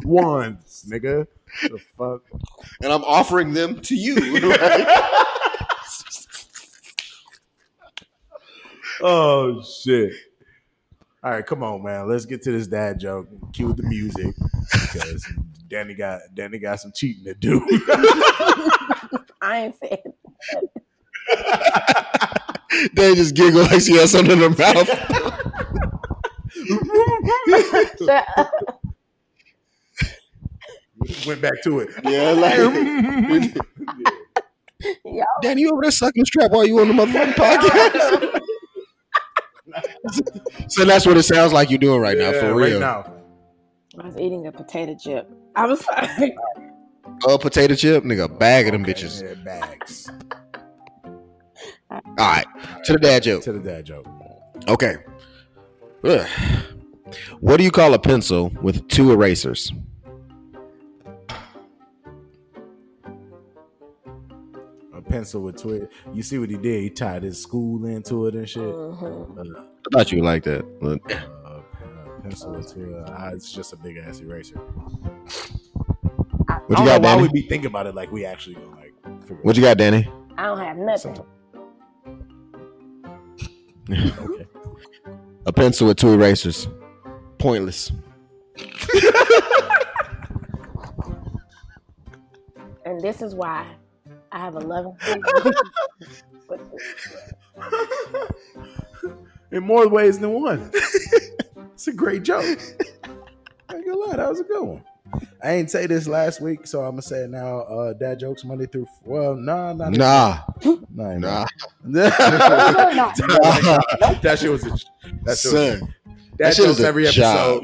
S3: ones, nigga. The fuck?
S6: and I'm offering them to you.
S3: Oh shit. All right, come on, man. Let's get to this dad joke. Cue the music because Danny got Danny got some cheating to do.
S5: I ain't saying
S6: they just giggle like she has something in her mouth.
S5: shut up.
S3: Went back to it.
S6: Yeah, like
S5: Yo,
S6: Danny, you over there sucking strap while you on the motherfucking podcast. so that's what it sounds like you're doing right now,
S3: Yeah,
S6: for real.
S3: Right now.
S5: I was eating a potato chip. I was like,
S6: A potato chip, nigga, a bag of them
S3: Okay,
S6: bitches.
S3: yeah, bags.
S6: All right, to the dad joke.
S3: To the dad joke.
S6: Okay. Ugh. What do you call a pencil with two erasers?
S3: A pencil with twig. You see what he did? He tied his school into it and shit.
S5: mhm.
S6: I thought you would like that. Look.
S3: Uh, a pencil with twig. Ah, it's just a big ass eraser.
S6: What
S3: I don't
S6: you got,
S3: know why
S6: Danny?
S3: we be thinking about it like we actually gonna like figure
S6: What you got, Danny?
S5: I don't have nothing.
S3: Sometimes. okay.
S6: A pencil with two erasers. Pointless.
S5: And this is why I have a loving but
S3: In more ways than one. it's a great joke. I ain't gonna lie, that was a good one. I ain't say this last week, so I'm gonna say it now. Uh, dad jokes Monday through well, nah, nah,
S6: Nah,
S3: nah,
S6: nah.
S5: no.
S3: that shit was a that shit was,
S6: Son,
S3: dad
S6: shit
S3: jokes
S6: is a
S3: every
S6: job.
S3: episode.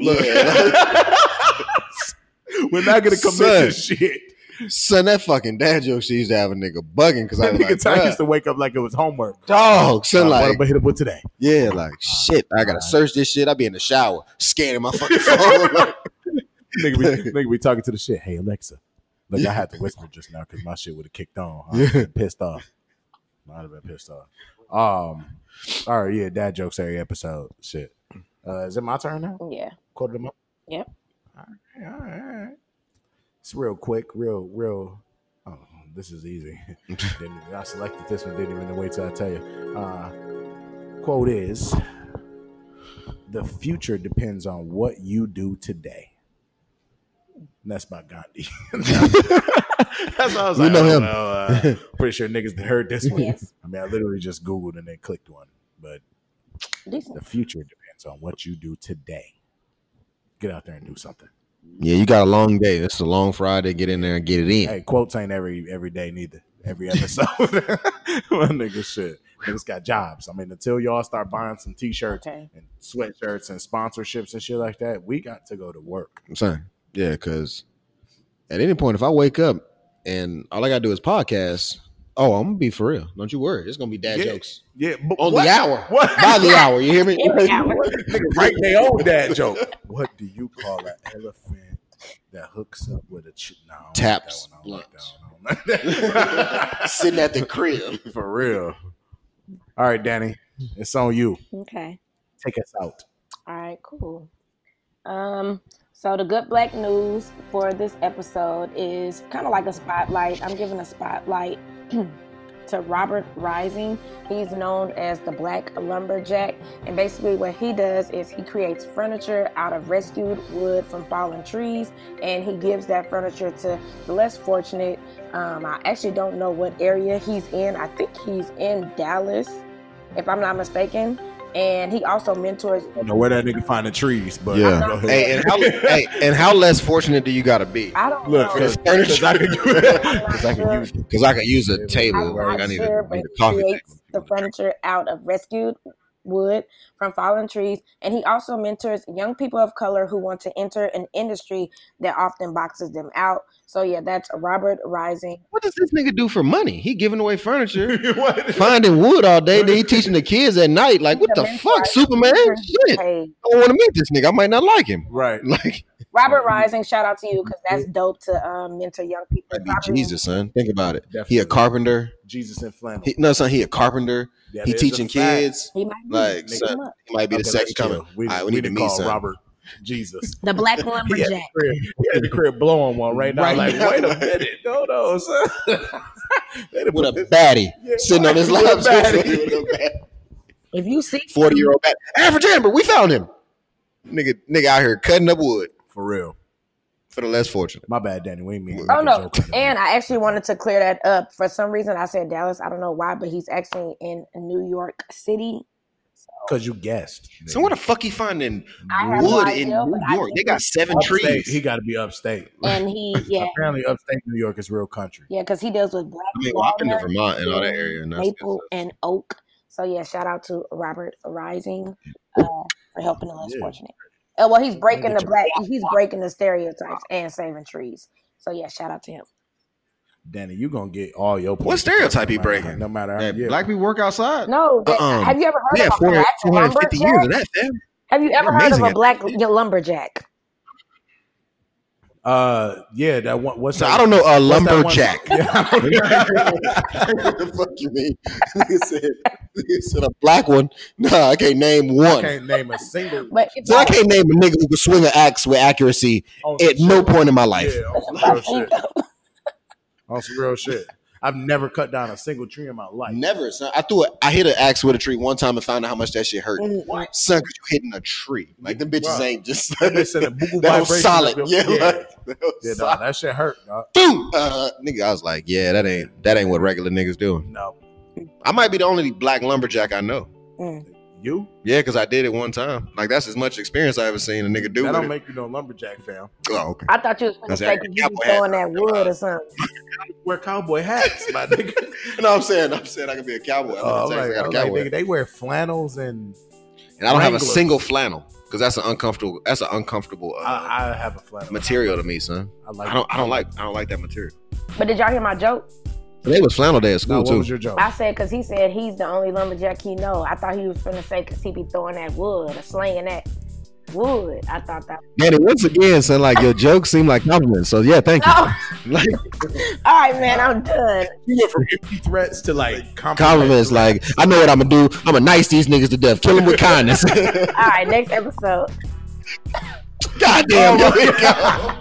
S3: Look, we're not gonna commit
S6: Son.
S3: to shit.
S6: son, that fucking dad joke she used to have a nigga bugging because I
S3: That
S6: was
S3: nigga
S6: like,
S3: Ty used
S6: "Bruh,
S3: to wake up like it was homework.
S6: dog, son,
S3: Uh, what I'm
S6: like,
S3: gonna hit him with today.
S6: yeah, like, shit, I gotta search this shit. I be in the shower scanning my fucking phone. like,
S3: nigga, be, nigga be talking to the shit. Hey Alexa, look, I had to whisper just now because my shit would have kicked on. I'd
S6: Yeah.
S3: been pissed off. I'd have been pissed off. Um, all right, yeah, dad jokes every episode. Shit, uh, is it my turn now?
S5: Yeah.
S3: Quarter to month.
S5: Yep.
S3: All right, all right, all right. It's real quick, real, real. Oh, this is easy. Didn't- I selected this one. Didn't even wait till I tell you. Uh, quote is. The future depends on what you do today. And that's by Gandhi. that's what I was
S6: We
S3: like.
S6: know him.
S3: Well, uh, pretty sure niggas heard this one.
S5: Yes.
S3: I mean, I literally just Googled and then clicked one. But
S5: Decent.
S3: the future depends on what you do today. Get out there and do something.
S6: yeah, you got a long day. It's a long Friday. Get in there and get it in.
S3: Hey, quotes ain't every every day neither. Every episode. My nigga shit. Niggas got jobs. I mean, until y'all start buying some t shirts
S5: Okay.
S3: and sweatshirts and sponsorships and shit like that, we got to go to work.
S6: Son, yeah, because at any point, if I wake up and all I gotta do is podcast, oh, I'm gonna be for real. Don't you worry. It's gonna be dad
S3: Yeah.
S6: jokes
S3: Yeah, but
S6: on
S3: what?
S6: the hour.
S3: What?
S6: By the hour, you hear me?
S5: Every hour.
S3: Niggas writing their own dad joke. What do you call an elephant that hooks up with a ch- no, I don't like
S6: Taps
S3: that one. I don't like that one.
S6: Sitting at the crib.
S3: For real. All right, Danny, it's on you.
S5: Okay.
S3: Take us out.
S5: All right, cool. Um, so the good black news for this episode is kind of like a spotlight. I'm giving a spotlight to Robert Rising. He's known as the Black Lumberjack, and basically what he does is he creates furniture out of rescued wood from fallen trees, and he gives that furniture to the less fortunate. Um, I actually don't know what area he's in. I think he's in Dallas, if I'm not mistaken. And he also mentors.
S3: I don't know where that nigga find the trees, but
S6: Yeah.
S3: go ahead.
S6: Hey, and how hey, and how less fortunate do you gotta be?
S5: I don't
S3: Look,
S5: know.
S3: cause,
S6: Furniture.
S3: 'cause I
S5: I'm
S3: could
S5: not
S6: Because I can
S5: sure.
S6: use because I can use a
S5: I,
S6: table.
S5: I,
S6: Like, I need
S5: sure,
S6: a,
S5: but
S6: need
S5: he
S6: a coffee table.
S5: creates the furniture out of rescued wood from fallen trees, and he also mentors young people of color who want to enter an industry that often boxes them out. So yeah, that's Robert Rising.
S6: What does this nigga do for money? He giving away furniture,
S3: What?
S6: finding wood all day. Then he teaching the kids at night. Like what the fuck, Superman? Shit, I
S5: Hey,
S6: don't want to meet this nigga. I might not like him.
S3: right.
S6: Like
S5: Robert Rising, shout out to you because that's dope to um, mentor young people.
S6: that'd be
S5: Probably-
S6: Jesus, son. Think about it.
S3: Definitely.
S6: He a carpenter.
S3: Jesus and flannel.
S6: He, no, son. He a carpenter.
S3: That
S6: he
S3: is a
S6: teaching
S3: fact.
S6: kids.
S5: He might be.
S6: Like
S3: Nigga.
S6: son,
S5: Look.
S6: he might be the
S3: Okay,
S6: second
S3: let's chill.
S6: coming.
S3: We,
S6: All right,
S3: we
S6: we need to
S3: didn't
S6: meet
S3: call
S6: son.
S3: Robert Jesus.
S5: The black
S3: He had,
S5: lumberjack.
S3: the crib, he had the crib blowing one right now.
S6: Right
S3: like,
S6: now.
S3: wait a minute, no, no, son. They done
S6: With
S3: put
S6: a
S3: this-
S6: baddie
S3: Yeah,
S6: sitting on his
S3: with a
S6: lap.
S3: baddie.
S5: If you see,
S6: Forty year old baddie. African Amber, we found him. Nigga, nigga out here cutting up wood
S3: for real.
S6: for the less fortunate.
S3: My bad, Danny. We ain't mean. to
S5: Oh
S3: make a
S5: no!
S3: joke out of it.
S5: And I actually wanted to clear that up. For some reason, I said Dallas. I don't know why, but he's actually in New York City.
S3: Because you guessed.
S6: So where the fuck he finding
S5: I have
S6: wood
S5: no
S6: in
S5: idea,
S6: New
S5: but I
S6: York? They
S5: think
S6: got seven
S3: Upstate,
S6: trees.
S3: he got to be upstate.
S5: And he, yeah,
S3: Apparently, upstate New York is real country.
S5: yeah, because he deals with black
S6: I mean, well, I've been to
S5: walnut,
S6: Vermont and all that area. And that's
S5: maple, and oak. So yeah, shout out to Robert Rising uh, for helping the less
S3: Yeah.
S5: fortunate. Uh, well, he's breaking
S3: get
S5: the
S3: your-
S5: black, he's breaking the stereotypes and saving trees. So yeah, shout out to him.
S3: Danny, you gonna get all your points.
S6: What stereotype he
S3: No matter-
S6: breaking?
S3: No matter how.
S6: That
S3: Yeah.
S6: Black people work outside.
S5: No, that-
S6: Uh-uh.
S5: have you ever heard
S6: we
S5: of
S6: had
S5: a
S6: four,
S5: black
S6: 450
S5: lumberjack?
S6: years of that, fam.
S5: Have you ever
S6: They're
S5: heard of
S6: amazing
S5: a
S6: at
S5: black lumberjack?
S3: Uh, yeah. That one. What's
S6: So
S3: that-
S6: I don't know a
S3: what's that one-
S6: lumberjack.
S3: Yeah, I don't know.
S6: what the fuck you mean? Nigga said, nigga said a black one. Nah, I can't name
S3: I
S6: one.
S3: can't name a single.
S5: But it's
S6: So I can't name a nigga who can swing an axe with accuracy
S3: on
S6: at
S3: some
S6: no
S3: shit.
S6: point in my life.
S3: Yeah, on some real shit. On some real shit. I've never cut down a single tree in my life.
S6: Never, son. I threw a, I hit an axe with a tree one time and found out how much that shit hurt.
S5: What?
S6: Son, cause you hitting a tree. Like them bitches
S3: Bruh.
S6: ain't just
S3: That bitch sent a boo-boo
S6: That was
S3: vibration
S6: solid.
S3: up your-
S6: Yeah, like, that was
S3: Yeah, nah,
S6: solid.
S3: that shit hurt. Dog.
S6: Boom! Uh, nigga, I was like, yeah, that ain't that ain't what regular niggas doing.
S3: No,
S6: I might be the only black lumberjack I know.
S3: you
S6: Yeah, because I did it one time. Like that's as much experience I ever seen a nigga do.
S3: that
S6: with
S3: don't
S6: it.
S3: make you no lumberjack fam.
S6: oh, okay.
S5: I thought you was gonna
S6: That's
S5: say
S6: African
S5: you be
S6: cowboy hat.
S5: throwing that wood or something.
S3: Wear cowboy hats, my nigga.
S6: No, I'm saying, I'm saying I could be a cowboy.
S3: Oh,
S6: I'm
S3: I'm like,
S6: like, I got a
S3: I'm like,
S6: cowboy.
S3: nigga, they wear flannels and
S6: and I don't have a
S3: Wranglers.
S6: single flannel because that's an uncomfortable. That's an uncomfortable uh,
S3: I, I have a flannel.
S6: material to me, son.
S3: I like.
S6: I don't. I don't like. I don't like that material.
S5: But did y'all hear my joke?
S6: Today was flannel day at
S3: Nah,
S6: school
S3: what was
S6: too.
S3: your joke?
S5: I said because he said he's the only lumberjack he know. I thought he was gonna say because he be throwing that wood or slinging that wood. I thought that.
S6: Danny, once again, son, like your jokes seem like compliments. So yeah, thank you.
S5: Oh,
S6: Like
S5: all right, man, I'm done.
S3: You went from empty threats to like
S6: compliments, like I know what I'm gonna do. I'm gonna nice these niggas to death. Kill them with kindness.
S5: All right, next episode.
S6: Goddamn, yo,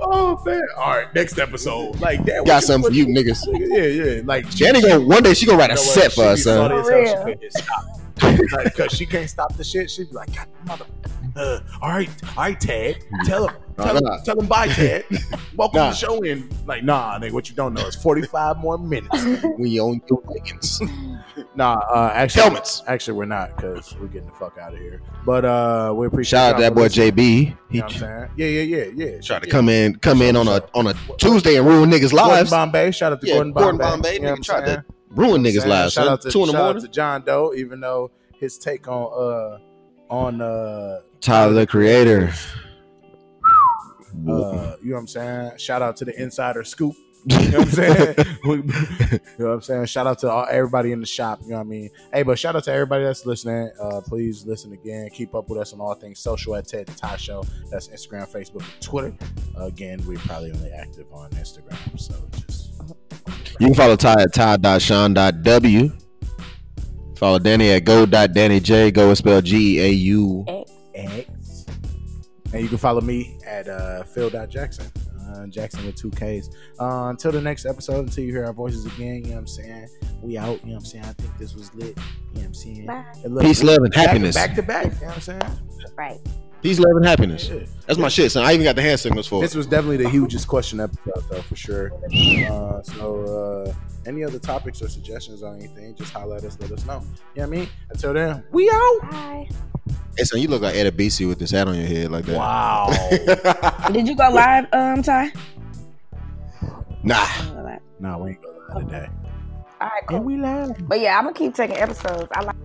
S3: Oh man! All right, next episode. Like that.
S6: got something for you niggas.
S3: Yeah, yeah. Like
S6: Danny gonna one day she gonna write
S3: You
S6: a
S3: know what?
S6: set for
S3: She
S6: us,
S3: be
S6: son.
S3: funny as
S5: For
S3: hell, she
S5: real.
S3: couldn't stop. Like, cause she can't stop the shit. She'd be like, God, mother. Uh, all right, all right, Ted. Tell him, tell him,
S6: nah.
S3: tell him, bye, Ted. Welcome
S6: Nah.
S3: to the show. And like, nah, nigga, what you don't know is forty-five more minutes.
S6: We own your leggings,
S3: Nah, uh, actually,
S6: helmets.
S3: actually, we're not, cause we're getting the fuck out of here. But uh, we appreciate
S6: Shout out to
S3: y'all
S6: that
S3: for
S6: boy
S3: listening.
S6: JB. He
S3: You know what I'm saying? Yeah, yeah, yeah, yeah.
S6: tried to
S3: Yeah.
S6: come in, come in on a on a Tuesday and ruin niggas'
S3: Gordon
S6: lives.
S3: Bombay. Shout out to
S6: Yeah,
S3: Gordon Bombay.
S6: Gordon Bombay,
S3: You know what
S6: nigga
S3: I'm
S6: tried
S3: saying?
S6: to
S3: You
S6: ruin
S3: know what
S6: niggas'
S3: I'm
S6: lives.
S3: saying? Shout
S6: son.
S3: out to,
S6: Two in the
S3: shout out
S6: morning.
S3: to John Doe, even though his take on uh on uh,
S6: Tyler the Creator.
S3: uh you know what I'm saying. Shout out to the insider scoop. You know what I'm saying? We- you know what I'm saying? Shout out to all, everybody in the shop. You know what I mean? Hey, but shout out to everybody that's listening. Uh, please listen again. Keep up with us on all things social at Ted and Ty Show. That's Instagram, Facebook, and Twitter. again, we're probably only active on Instagram. So just
S6: You can follow Ty at ty.sean.w. Follow Danny at go.dannyj. Go is spelled G A U.
S5: X.
S3: X. And you can follow me at uh, Phil.Jackson. Uh, Jackson with two Ks. Uh, until the next episode, until you hear our voices again, you know what I'm saying? We out, you know what I'm saying? I think this was lit, you know what I'm saying?
S5: Bye.
S3: And look,
S6: Peace, love, and
S3: back-
S6: happiness.
S3: Back to back, you know what I'm saying?
S5: Right.
S6: He's loving happiness.
S3: Yeah.
S6: That's my shit, son. I even got the hand signals for
S3: This
S6: it.
S3: was definitely the hugest question episode, though, for sure. Uh, so, uh, any other topics or suggestions on anything, just holler at us, let us know. You know what I mean? Until then, we out.
S5: Bye.
S6: Hey, son, you look like Ed Abisi with this hat on your head like that.
S3: Wow.
S5: Did you go live, um, Ty?
S6: Nah.
S5: All right,
S3: nah, we ain't going to lie today.
S5: cool.
S3: we live?
S5: But yeah, I'm gonna keep taking episodes. I like.